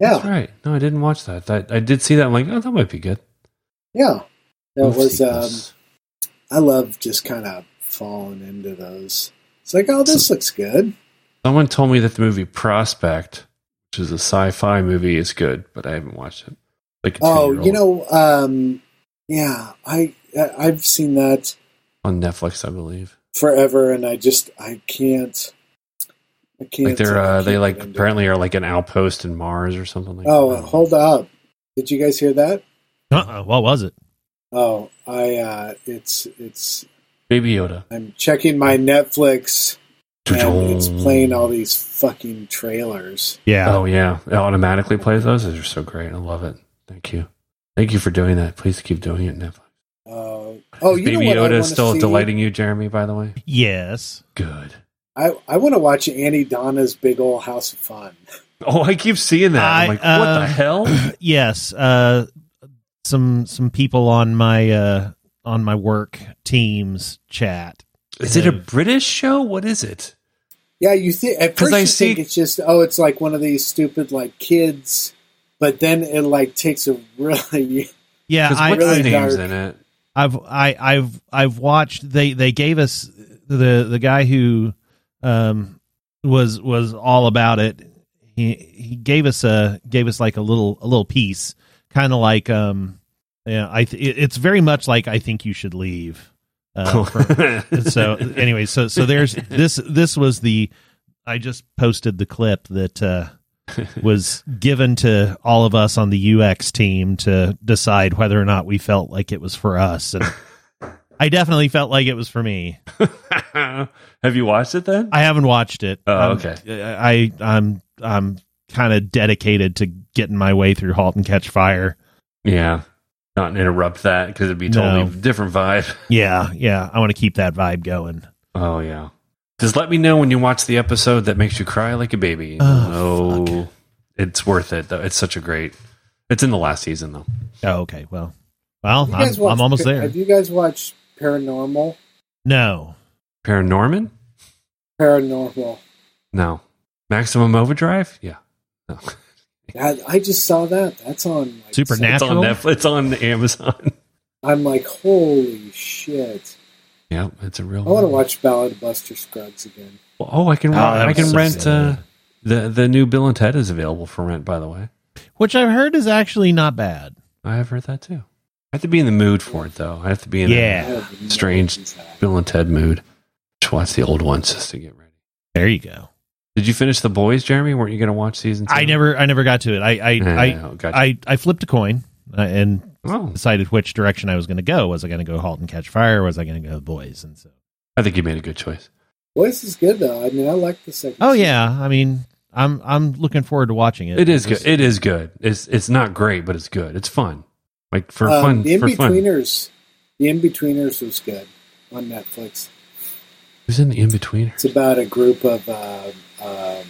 that's yeah, right. No, I didn't watch that. That I did see that. I'm like, oh, that might be good. yeah. That Oof, was. Um, sequels. I love just kind of falling into those. It's like, oh, this looks good. Someone told me that the movie Prospect, which is a sci-fi movie, is good, but I haven't watched it. Like, a Oh, 10-year-old you know, um, yeah, I I- I've seen that. on Netflix, I believe. forever, and I just I can't. I can't. Like they're I uh, can't they like get into apparently are like an outpost in Mars or something it. like. uh, Oh, that. hold up! Did you guys hear that? Uh-uh. What was it? Oh, I uh, it's it's Baby Yoda. I'm checking my Netflix and it's playing all these fucking trailers. Yeah. Oh yeah, it automatically plays those. Those are so great. I love it. Thank you, thank you for doing that. Please keep doing it, Netflix. Uh, oh, you Baby know what I Yoda wanna is still see? delighting you, Jeremy. By the way, Yes. good. I I want to watch Annie Donna's Big Ol' House of Fun. Oh, I keep seeing that. I, um, am I, like, what uh, the hell? yes. Uh, some some people on my uh, on my work teams chat. Is it a British show? What is it? Yeah, you think at 'Cause first I you see- think it's just oh, it's like one of these stupid like kids but then it like takes a really Yeah, Because I, what's really the names dark. in it? I've I, I've I've watched they they gave us the the guy who um was was all about it. He he gave us a gave us like a little a little piece, kind of like um yeah I th- it- it's very much like I think you should leave. Uh, from- so anyway, so so there's this this was the I just posted the clip that uh was given to all of us on the UX team to decide whether or not we felt like it was for us. And I definitely felt like it was for me. Have you watched it then? I haven't watched it. Oh, Um, okay. I I'm I'm kind of dedicated to getting my way through Halt and Catch Fire. yeah. Not interrupt that because it'd be totally No. different vibe. Yeah, yeah. I want to keep that vibe going. Oh yeah. Just let me know when you watch the episode that makes you cry like a baby. Oh, no, it's worth it though. It's such a great. It's in the last season though. Oh, okay. Well, well, You I'm, guys watch- I'm almost there. Have you guys watched Paranormal? No. Paranorman? Paranormal. No. Maximum Overdrive? Yeah. No. I, I just saw that. That's on like, Supernatural? It's on Netflix. It's on Amazon. I'm like, holy shit! yeah, it's a real. I want to watch Ballad of Buster Scruggs again. Well, oh, I can. Oh, rent- that I was can so rent. Uh, sad. the the new Bill and Ted is available for rent. By the way, Which I've heard is actually not bad. I have heard that too. I have to be in the mood for it though. I have to be in. I Yeah. have no Strange. idea. A Bill and Ted mood. Just watch the old ones just to get ready. There you go. Did you finish the boys, Jeremy? Weren't you going to watch season? two? I never I never got to it. I I Yeah, I, yeah, gotcha. I I flipped a coin uh, and Oh, decided which direction I was going to go. Was I going to go halt and catch fire? Or was I going to go boys? And so, I think you made a good choice. Voice is good though. I mean, I like the second. oh yeah, I mean, I'm I'm looking forward to watching it. It is It's- good. It is good. It's it's not great, but it's good. It's fun. Like for Um, fun. The In For fun. Betweeners. The In Betweeners was good on Netflix. Who's in the in betweener? It's about a group of uh, um,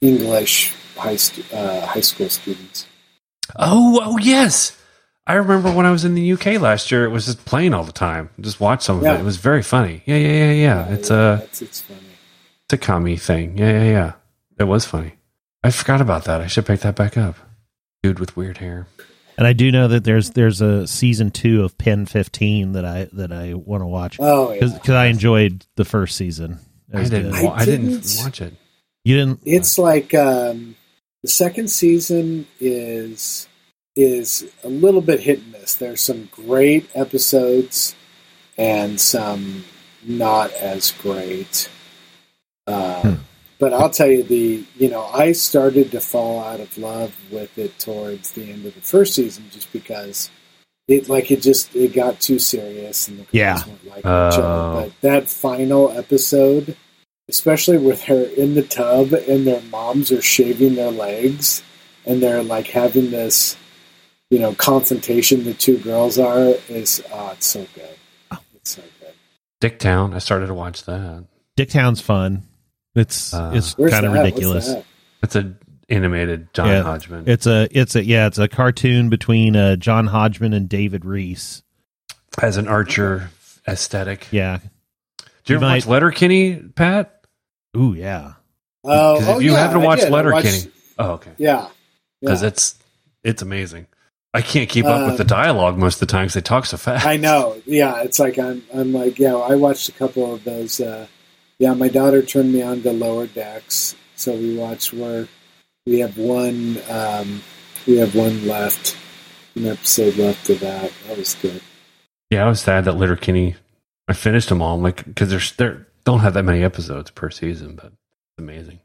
English high stu- uh, high school students. Oh, oh yes. I remember when I was in the UK last year. It was just playing all the time. Just watch some of Yeah. it. It was very funny. Yeah, yeah, yeah, yeah. it's uh, a that's, it's funny. it's a commie thing. Yeah, yeah, yeah. It was funny. I forgot about that. I should pick that back up. Dude with weird hair. and I do know that there's there's a season two of Pen Fifteen that I that I want to watch Oh yeah. because I enjoyed the first season. It I was didn't. good. wa- I didn't, didn't- watch it. You didn't. It's like um, the second season is is a little bit hit and miss. There's some great episodes and some not as great. Uh, But I'll tell you the you know I started to fall out of love with it towards the end of the first season just because it like it just it got too serious and the Yeah. girls weren't like each other. But that final episode especially with her in the tub and their moms are shaving their legs and they're like having this you know confrontation the two girls are is oh it's so good it's so good Dick Town. I started to watch that. Dicktown's fun. It's Uh, it's Where's kind of that? What's ridiculous. that? It's a animated John Yeah. Hodgman. It's a it's a yeah it's a cartoon between uh, John Hodgman and David Reese. has an Archer aesthetic. Yeah. Do you ever You watch Letterkenny, Pat? Ooh yeah. oh, Because oh, if you yeah, haven't I watched did. I watched- Letterkenny, oh okay, yeah because yeah. it's it's amazing. I can't keep up with the Um, dialogue most of the time because they talk so fast. I know. Yeah, it's like I'm. I'm like, yeah. I watched a couple of those. Uh, yeah, my daughter turned me on to Lower Decks, so we watched where we have one. Um, we have one left, an episode left of that. That was good. Yeah, I was sad that Letterkenny. I finished them all. I'm like, because there's there don't have that many episodes per season, but it's amazing.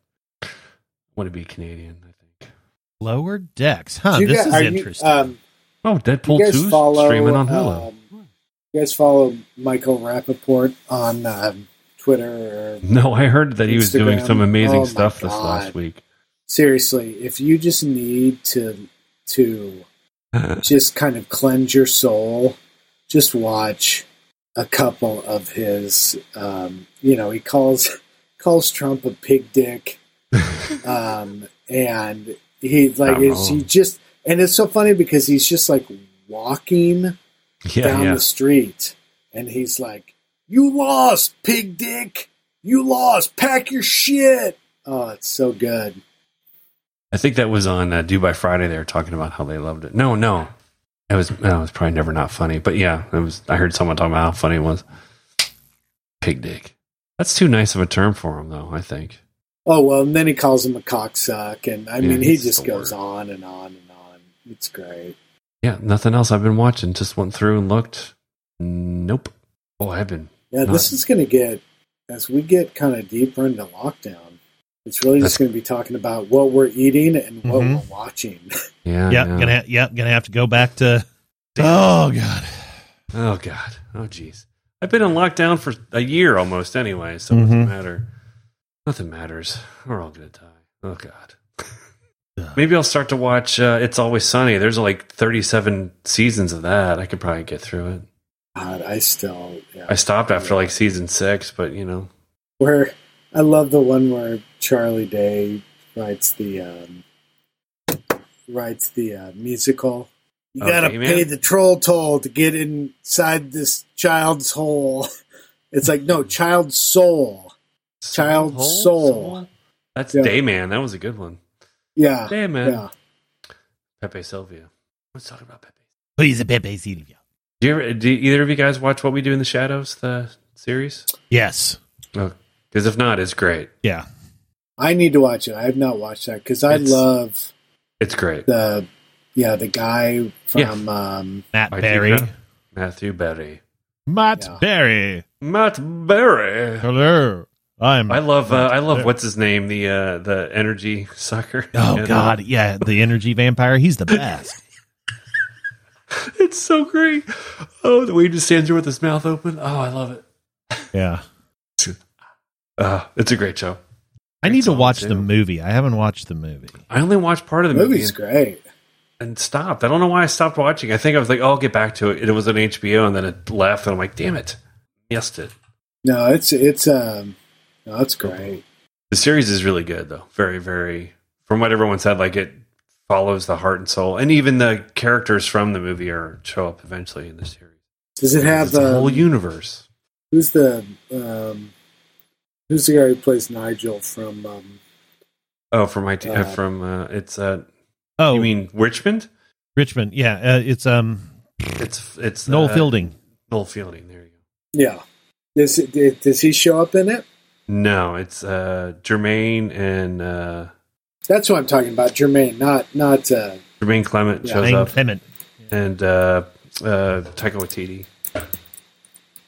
Want to be Canadian? I think. Lower decks, huh? Do you Ah, this guys- is are you- interesting. um, Oh, do you Deadpool guys two follow streaming on Hulu. um, you guys follow Michael Rappaport on um, Twitter or no, I heard that he was doing Instagram. some amazing Oh, my stuff this God. last week. seriously, if you just need to to just kind of cleanse your soul, just watch a couple of his. Um, you know, he calls calls Trump a pig dick, um, and he like Not is he wrong. just and it's so funny because he's just like walking yeah, down yeah. the street, and he's like, "You lost, pig dick. You lost. Pack your shit." Oh, it's so good. I think that was on uh, Do by Friday. They were talking about how they loved it. No, no, it was. No, it was probably never not funny. But yeah, it was. I heard someone talking about how funny it was. Pig dick. That's too nice of a term for him, though. I think. Oh well, and then he calls him a cocksuck, and I Yeah, mean he he's just the goes worst. on and on and on. It's great. Yeah, nothing else. I've been watching. Just went through and looked. Nope. Boy, I've been. Yeah, this Nice. is going to get as we get kind of deeper into lockdown. It's really just That's- Mm-hmm. going to be talking about what we're eating and what Mhm. we're watching. Yeah. Yep, yeah. gonna ha- yep, gonna have to go back to. Oh god, Oh God. Oh jeez. I've been in lockdown for a year almost anyway, so it Mhm. doesn't matter. Nothing matters. We're all gonna die. Oh God. Maybe I'll start to watch uh, It's Always Sunny. There's like 37 seasons of that. I could probably get through it. God, I still yeah. I stopped after like season six, but you know, where I love the one where Charlie Day writes the um, writes the uh, musical. You Oh, gotta Amen? pay the troll toll to get inside this child's hole. It's like no child's soul. Child Soul? Soul. That's Yeah. Dayman. That was a good one. Yeah, Dayman. yeah. Pepe Sylvia. Let's talk about Pepe. please, Pepe Silvia. Do, you ever, do either of you guys watch What We Do in the Shadows, the series? Yes, Because if not, it's great. yeah, I need to watch it. I have not watched that because I It's- love It's great. the yeah the guy Yeah. from um, Matt I do Berry. know. Matthew Berry. Matt Yeah. Berry. Matt Berry. Hello, I'm. I love uh, I love Berry. what's his name the uh, the energy sucker. Oh And, God, yeah, the energy vampire. He's the best. uh, it's so great. Oh, the way he just stands there with his mouth open. Oh, I love it. yeah, Uh, it's a great show. I Great need to song, watch too. the movie. I haven't watched the movie. I only watched part of the the movie movie's and, great. and stopped. I don't know why I stopped watching. I think I was like, oh, I'll get back to it. It was on HBO, and then it left, and I'm like, damn it, missed it. No, it's it's um no, it's great. The series is really good, though. Very, very. From what everyone said, like it follows the heart and soul, and even the characters from the movie are show up eventually in the series. Does it have the um, whole universe. Who's the um, who's the guy who plays Nigel from? Um, Oh, from IT, Uh, uh, from uh, it's uh, Oh, you mean Richmond? Richmond? Yeah, uh, it's um It's it's Noel uh, Fielding. Noel Fielding. There you go. yeah, does it, did- does he show up in it? No, it's uh, Jermaine and uh, That's what I'm talking about, Jermaine. Not not uh, Jermaine Clement Yeah. shows Dang up, Clement. and uh, uh, Taika Waititi.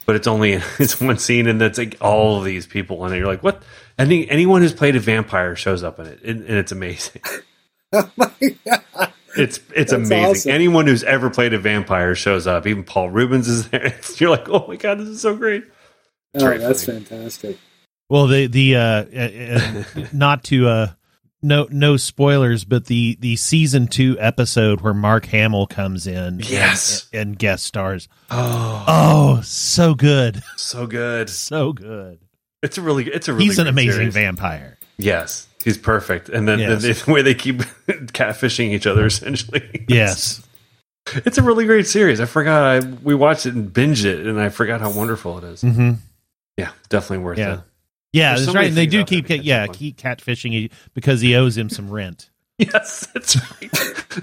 But it's only it's one scene, and that's like all of these people in it. You're like, what? Any anyone who's played a vampire shows up in it, and, and it's amazing. oh, It's it's That's amazing. awesome. Anyone who's ever played a vampire shows up. Even Paul Rubens is there. You're like, oh my god, this is so great. It's oh, very that's funny. fantastic. Well, the the uh, uh, uh, not to uh no no spoilers, but the the season two episode where Mark Hamill comes in, and- Yes. and, and guest stars. Oh, Oh, so good, so good. so good. It's a really it's a really He's an great amazing series. vampire. Yes, he's perfect. And then Yes. the, the way they keep catfishing each other essentially. Yes, It's a really great series. I forgot I we watched it and binge it and I forgot how wonderful it is. mm-hmm. Mm. Yeah, definitely worth Yeah. it. yeah, There's that's so right. many And they things do out there keep to ca- catch yeah up on. keep catfishing you because he owes him some rent. Yes, that's right.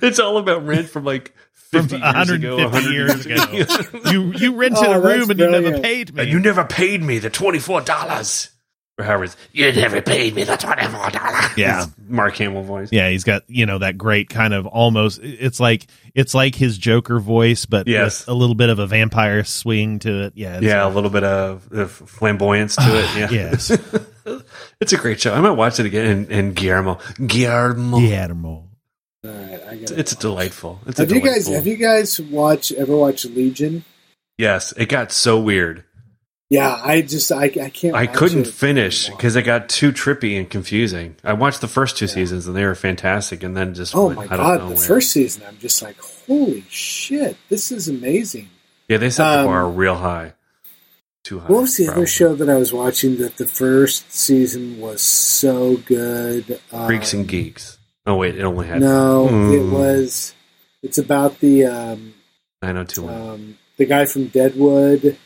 it's all about rent from like 50 From years ago, 150 100 years years ago. You you rented Oh, a room that's and you never brilliant. paid me. And you never paid me the twenty four dollars. Or Howard's, you never paid me the twenty four dollars. Yeah. Mark Hamill voice. Yeah, he's got you know that great kind of almost. It's like it's like his Joker voice, but Yes. with a little bit of a vampire swing to it. Yeah, it's- Yeah, a little bit of, of flamboyance to it. Yeah. Yes, It's a great show. I might watch it again. And, and Guillermo, Guillermo, Guillermo. All right, I got it's delightful. It's a Have you guys delightful- have you guys watch ever watch Legion? Yes, it got so weird. Yeah, I just I, I can't. I watch couldn't it finish anymore. because it got too trippy and confusing. I watched the first two seasons and they were fantastic, and then just Oh went, my I don't know god, the where. first season, I'm just like, holy shit, this is amazing. yeah, they set um, the bar real high, too high. What was the probably. other show that I was watching that the first season was so good? Um, Freaks and Geeks. Oh wait, it only had No, it Mm. was. It's about the um, nine hundred two. um, the guy from Deadwood.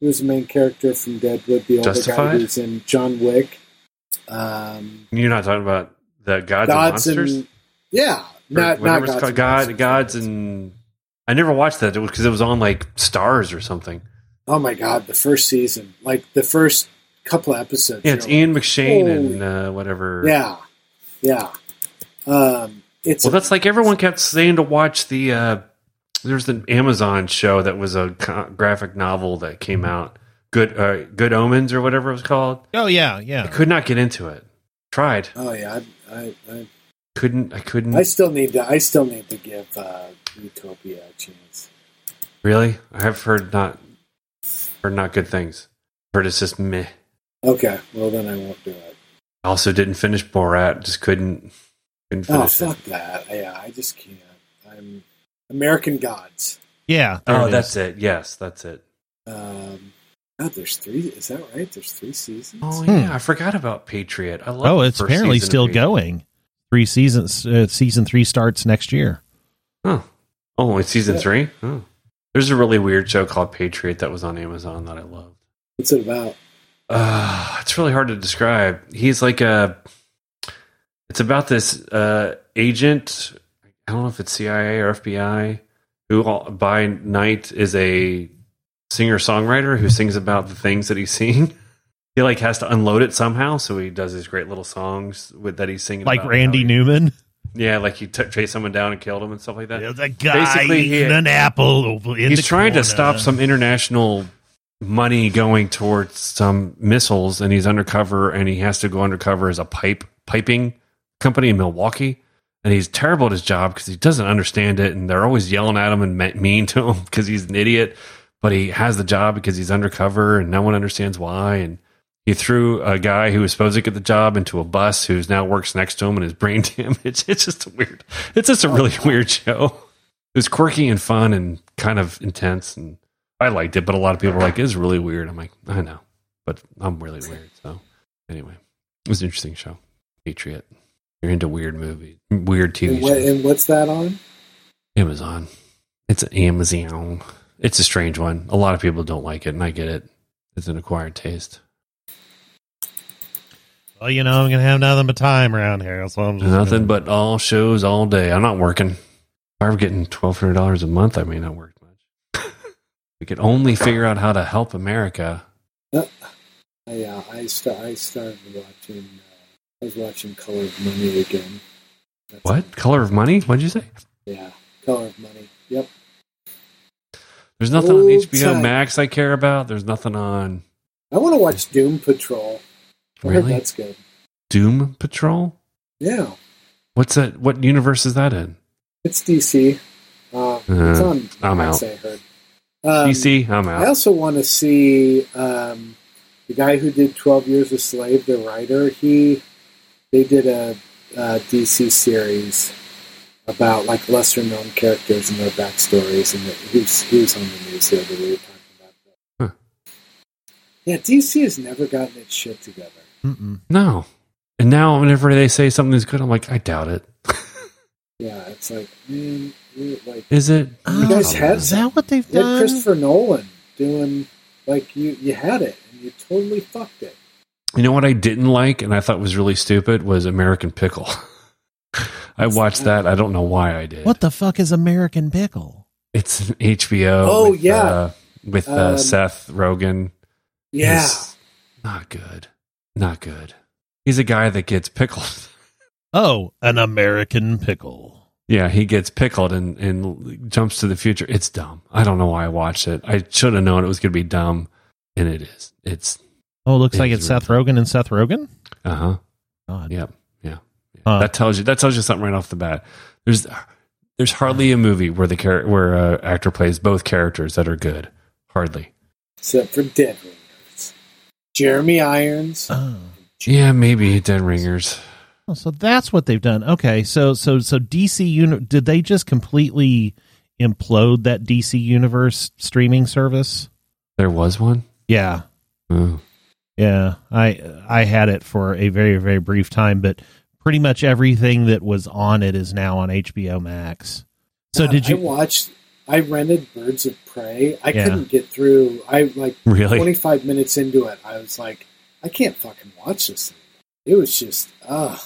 Who's the main character from Deadwood? The older guy Justified? who's in John Wick. Um, You're not talking about the Gods and Gods Monsters. and Yeah, Or not not whatever it's Gods, called, and God, Monsters. gods and I never watched that because it was on like Stars or something. Oh my god, the first season, like the first couple episodes. Yeah, it's you're Ian McShane and Holy- uh, whatever. like, yeah, yeah. Um, it's Well, that's like everyone kept saying to watch the. Uh, there's an Amazon show that was a co- graphic novel that came Mm-hmm. out, Good uh, Good Omens or whatever it was called. Oh yeah, I yeah. could not get into it. Tried, oh yeah, I, I, I, couldn't. I couldn't I still need to I still need to give uh, Utopia a chance. really. I have heard not heard not good things. Heard it's just meh. Okay, well then I won't do it. I also didn't finish Borat. Just couldn't couldn't Oh finish. it. fuck that! Yeah, I just can't. I'm American Gods. Yeah. there Oh, it is. that's it. Yes, that's it. Um, God, there's three. Is that right? There's three seasons. Oh Hmm. yeah, I forgot about Patriot. I love. oh, the it's first apparently season of still Patriot. going. Three seasons. Uh, season three starts next year. Huh. Oh, only season Yeah. three? Oh. There's a really weird show called Patriot that was on Amazon that I loved. What's it about? Uh, it's really hard to describe. He's like a. It's about this uh, agent. I don't know if it's CIA or FBI, who all, by night is a singer songwriter who sings about the things that he's seeing. He like has to unload it somehow, so he does these great little songs with that he's singing. Like about Randy how he- Newman. Yeah, like he t- chased someone down and killed him and stuff like that. That Basically, he- eating an apple over in he's trying to stop some international money going towards some missiles and he's undercover and he has to go undercover as a pipe piping company in milwaukee and he's terrible at his job because he doesn't understand it and they're always yelling at him and me- mean to him because he's an idiot but he has the job because he's undercover and no one understands why and he threw a guy who was supposed to get the job into a bus who's now works next to him and is brain damaged it's just a weird it's just a really weird show it was quirky and fun and kind of intense and I liked it, but a lot of people were like, "It's really weird." I'm like, "I know, but I'm really weird." So anyway, it was an interesting show. Patriot. You're into weird movies, weird TV And, what, shows. and what's that on? Amazon. It's an Amazon. It's a strange one. A lot of people don't like it, and I get it. It's an acquired taste. Well, you know, I'm gonna have nothing but time around here, so I'm just Nothing gonna- but all shows all day. I'm not working. If I were getting twelve hundred dollars a month, I may not work much. we could only figure out how to help America. Uh, Yeah, I sta- I started watching. Uh, I was watching Color of Money again. That's- What color of money? What'd you say? Yeah, Color of Money. Yep. There's nothing on Old HBO time. Max I care about. There's nothing on I want to watch Doom Patrol. I heard Really? that's good. Doom Patrol. Yeah, What's that? What universe is that in? it's DC. Uh, it's Uh, on. I'm Max, out. I heard. Um, DC. I'm I out. also want to see um, the guy who did Twelve Years a Slave, the writer. He they did a, uh DC series about like lesser known characters and their backstories, and he was he was on the news the other day talking about that. Huh. Yeah, DC has never gotten its shit together. Mm-mm. No. And now whenever they say something's good, I'm like, I doubt it. Yeah, it's like man, you're like Is it? You guys Oh, had Is that what they've you done? had Christopher Nolan doing like you you had it and you totally fucked it. You know what I didn't like, and I thought was really stupid, was American Pickle. I watched that. I don't know why I did. What the fuck is American Pickle? It's an HBO. Oh, with, yeah. uh, with uh, Um, Seth Rogen. Yeah. He's not good. Not good. He's a guy that gets pickled. Oh, an American pickle. Yeah, he gets pickled and, and jumps to the future. It's dumb. I don't know why I watched it. I should have known it was going to be dumb, and it is. It's Oh, looks It like is it's really- Seth Rogen and Seth Rogen. uh huh. God. Yep. Yeah. yeah. Huh. That tells you. That tells you something right off the bat. There's there's hardly a movie where the char- where a actor plays both characters that are good. Hardly. except for Dead Ringers. Jeremy Irons. Oh. Yeah, maybe Dead Ringers. Oh, so that's what they've done. Okay, so so so DC uni- did they just completely implode that DC universe streaming service? There was one. Yeah, Oh. yeah. I I had it for a very very brief time, but pretty much everything that was on it is now on HBO Max. So God, did I you? watched? I rented Birds of Prey. I Yeah. couldn't get through. I like Really? twenty five minutes into it. I was like, I can't fucking watch this. Thing. It was just ah,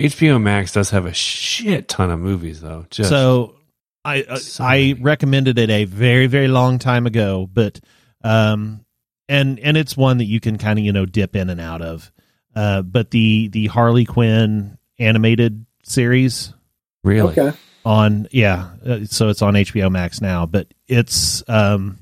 HBO Max does have a shit ton of movies though. Just so I uh, So I many. recommended it a very very long time ago, but um and and it's one that you can kind of you know dip in and out of. Uh, but the the Harley Quinn animated series really, Okay. on yeah, uh, so it's on HBO Max now, but it's um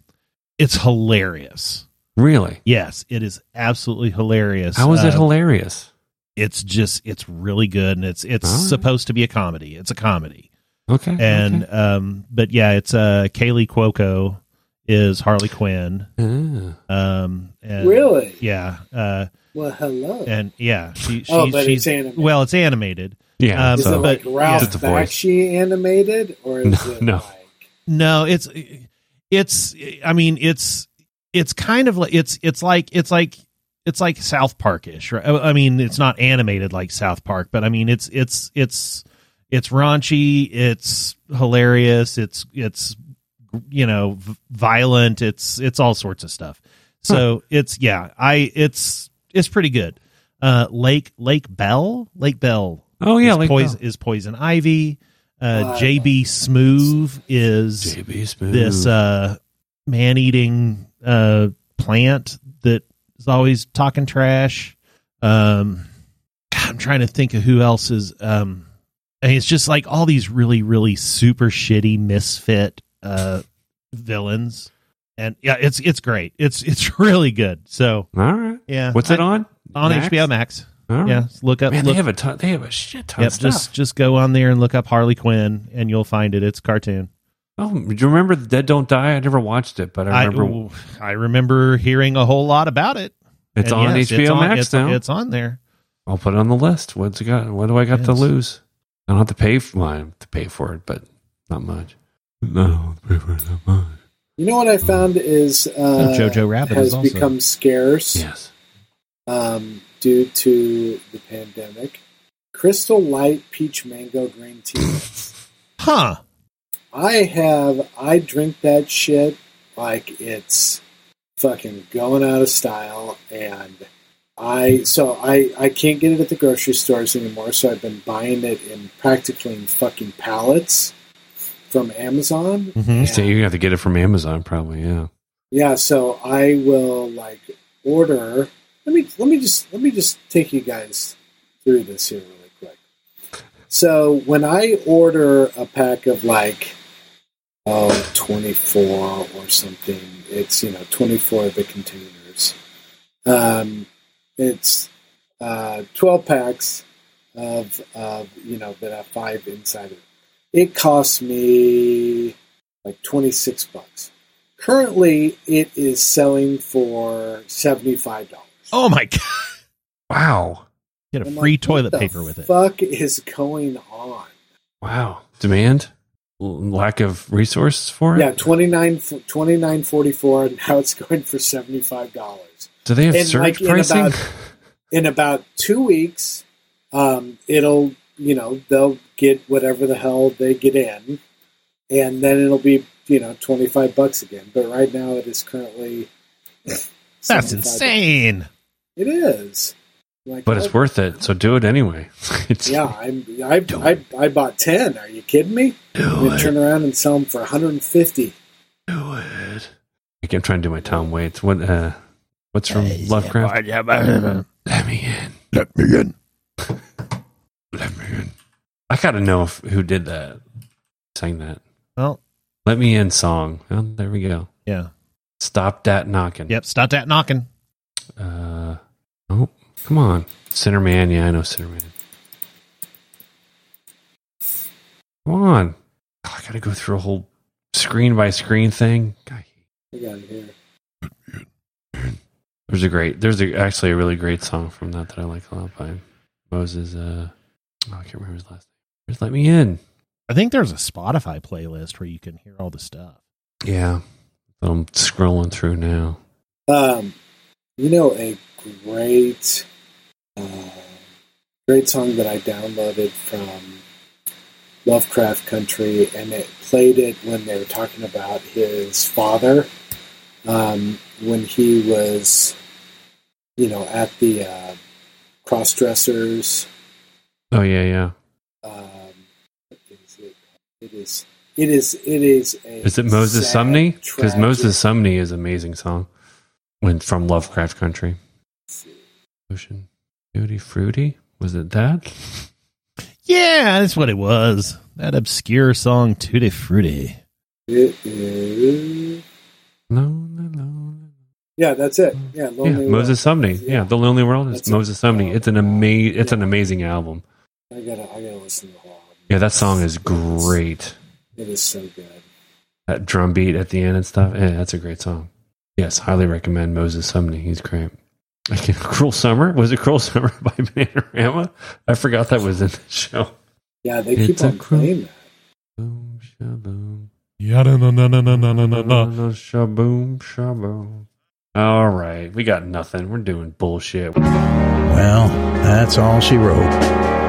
it's hilarious. really, Yes, it is absolutely hilarious. how is it Uh, hilarious? It's just it's really good, and it's it's All right. supposed to be a comedy. It's a comedy Okay, and okay. um but yeah it's uh kaylee cuoco is harley quinn Ah. um and- Really? yeah uh Well, hello. and yeah she, she Oh, but it's she's animated. well it's animated yeah, um, is so it like but- Ralph yeah. Just the voice. Bakshi animated, or is No, it no. like no it's it's i mean it's it's kind of like it's it's like it's like it's like south parkish right i I mean it's not animated like south park but i mean it's it's it's it's raunchy it's hilarious it's it's you know v- violent it's it's all sorts of stuff so it's yeah i it's it's pretty good uh lake lake bell lake bell oh yeah, is, like poison, is poison ivy uh Wow. jb smoove is JB Smooth. this uh man eating uh plant that is always talking trash. Um God, I'm trying to think of who else is um and it's just like all these really, really super shitty misfit uh villains. And yeah, it's it's great. It's it's really good. So All right, yeah. what's it I- on? On HBO Max. All right. Yeah. Look up man, look they have a ton, they have a shit ton yep, of stuff. just just go on there and look up Harley Quinn and you'll find it. It's a cartoon. oh, do you remember the Dead Don't Die? I never watched it, but I I remember ooh, I remember hearing a whole lot about it. it's And on yes, HBO it's on- Max it's, now. It's on there. I'll put it on the list. What's it got? What do I got to Yes. lose? I don't have to pay for well, I have to pay for it, but not much. No, I don't have to pay for it that much. You know what I found is uh, Jojo Rabbit has is also- become scarce Yes. um, due to the pandemic. Crystal Light Peach Mango Green Tea. Huh. I have. I drink that shit like it's fucking going out of style, and I so I I can't get it at the grocery stores anymore. So I've been buying it in practically in fucking pallets from Amazon. Mhm. So you have to get it from Amazon, probably. Yeah. Yeah, so I will like order. Let me let me just let me just take you guys through this here really quick. So when I order a pack of like oh 24 or something, it's you know 24 of the containers. Um, it's uh, 12 packs of of you know that have five inside it. It costs me like 26 bucks. Currently, it is selling for seventy five dollars. Oh my god. Wow. Get a free toilet paper with it. Fuck is going on? Wow. Demand, L- lack of resources for it. Yeah, 29 29.44 and Now it's going for seventy five dollars. Do they have And, surge like, in pricing? about- In about two weeks, um, it'll you know they'll get whatever the hell they get in, and then it'll be you know twenty five bucks again. But right now, it is currently That's $75. insane. It is. Like, but oh, it's worth it. So do it anyway. it's, Yeah, I'm, I, I, I bought 10. Are you kidding me? I'm Do going it. to turn around and sell them for 150. Do it. Like, I'm trying to do my Tom Waits. What? Uh, what's from Lovecraft? Let me in. Let me in. Let me in. I gotta know if, who did that. Sang that. Well, Let me in song. Oh, there we go. yeah. Stop that knocking. Yep, stop that knocking. Uh, oh, come on. Center man. Yeah, I know center man. Come on. Oh, I gotta go through a whole screen by screen thing. God, I got it here. There's a great. There's a, actually a really great song from that that I like a lot by Moses. Uh, oh, I can't remember his last name. Just let me in. I think there's a Spotify playlist where you can hear all the stuff. Yeah, I'm scrolling through now. Um, you know, a great, uh, great song that I downloaded from Lovecraft Country, and it played it when they were talking about his father um, when he was, you know, at the uh, cross dressers Oh yeah, yeah. Um, what is it? It is. It is. It is. A Is it Moses sad, Sumney? Because tragic- Moses Sumney is an amazing song. When from Lovecraft Country. Ocean Duty Fruity? Was it that? Yeah, that's what it was. That obscure song Tutti Frutti. It is. No, no, no. Yeah, that's it. Yeah, Mm. Yeah, Lonely Moses World. Sumney. Yeah. Yeah. The Lonely World is That's it. Moses Sumney. It's an ama- It's an amazing album. I gotta. I gotta listen to the whole album. Yeah, that song is great. It is so good. That drum beat at the end and stuff. Yeah, that's a great song. Yes, highly recommend Moses Sumney. He's great. I can, Cruel Summer was it Cruel Summer by Panorama? I forgot that was in the show. Yeah, they It's keep a on cruel- playing that. Boom, shaboom. Yada na na na na na na na na. Shaboom, shaboom. All right, we got nothing. We're doing bullshit. Well, that's all she wrote.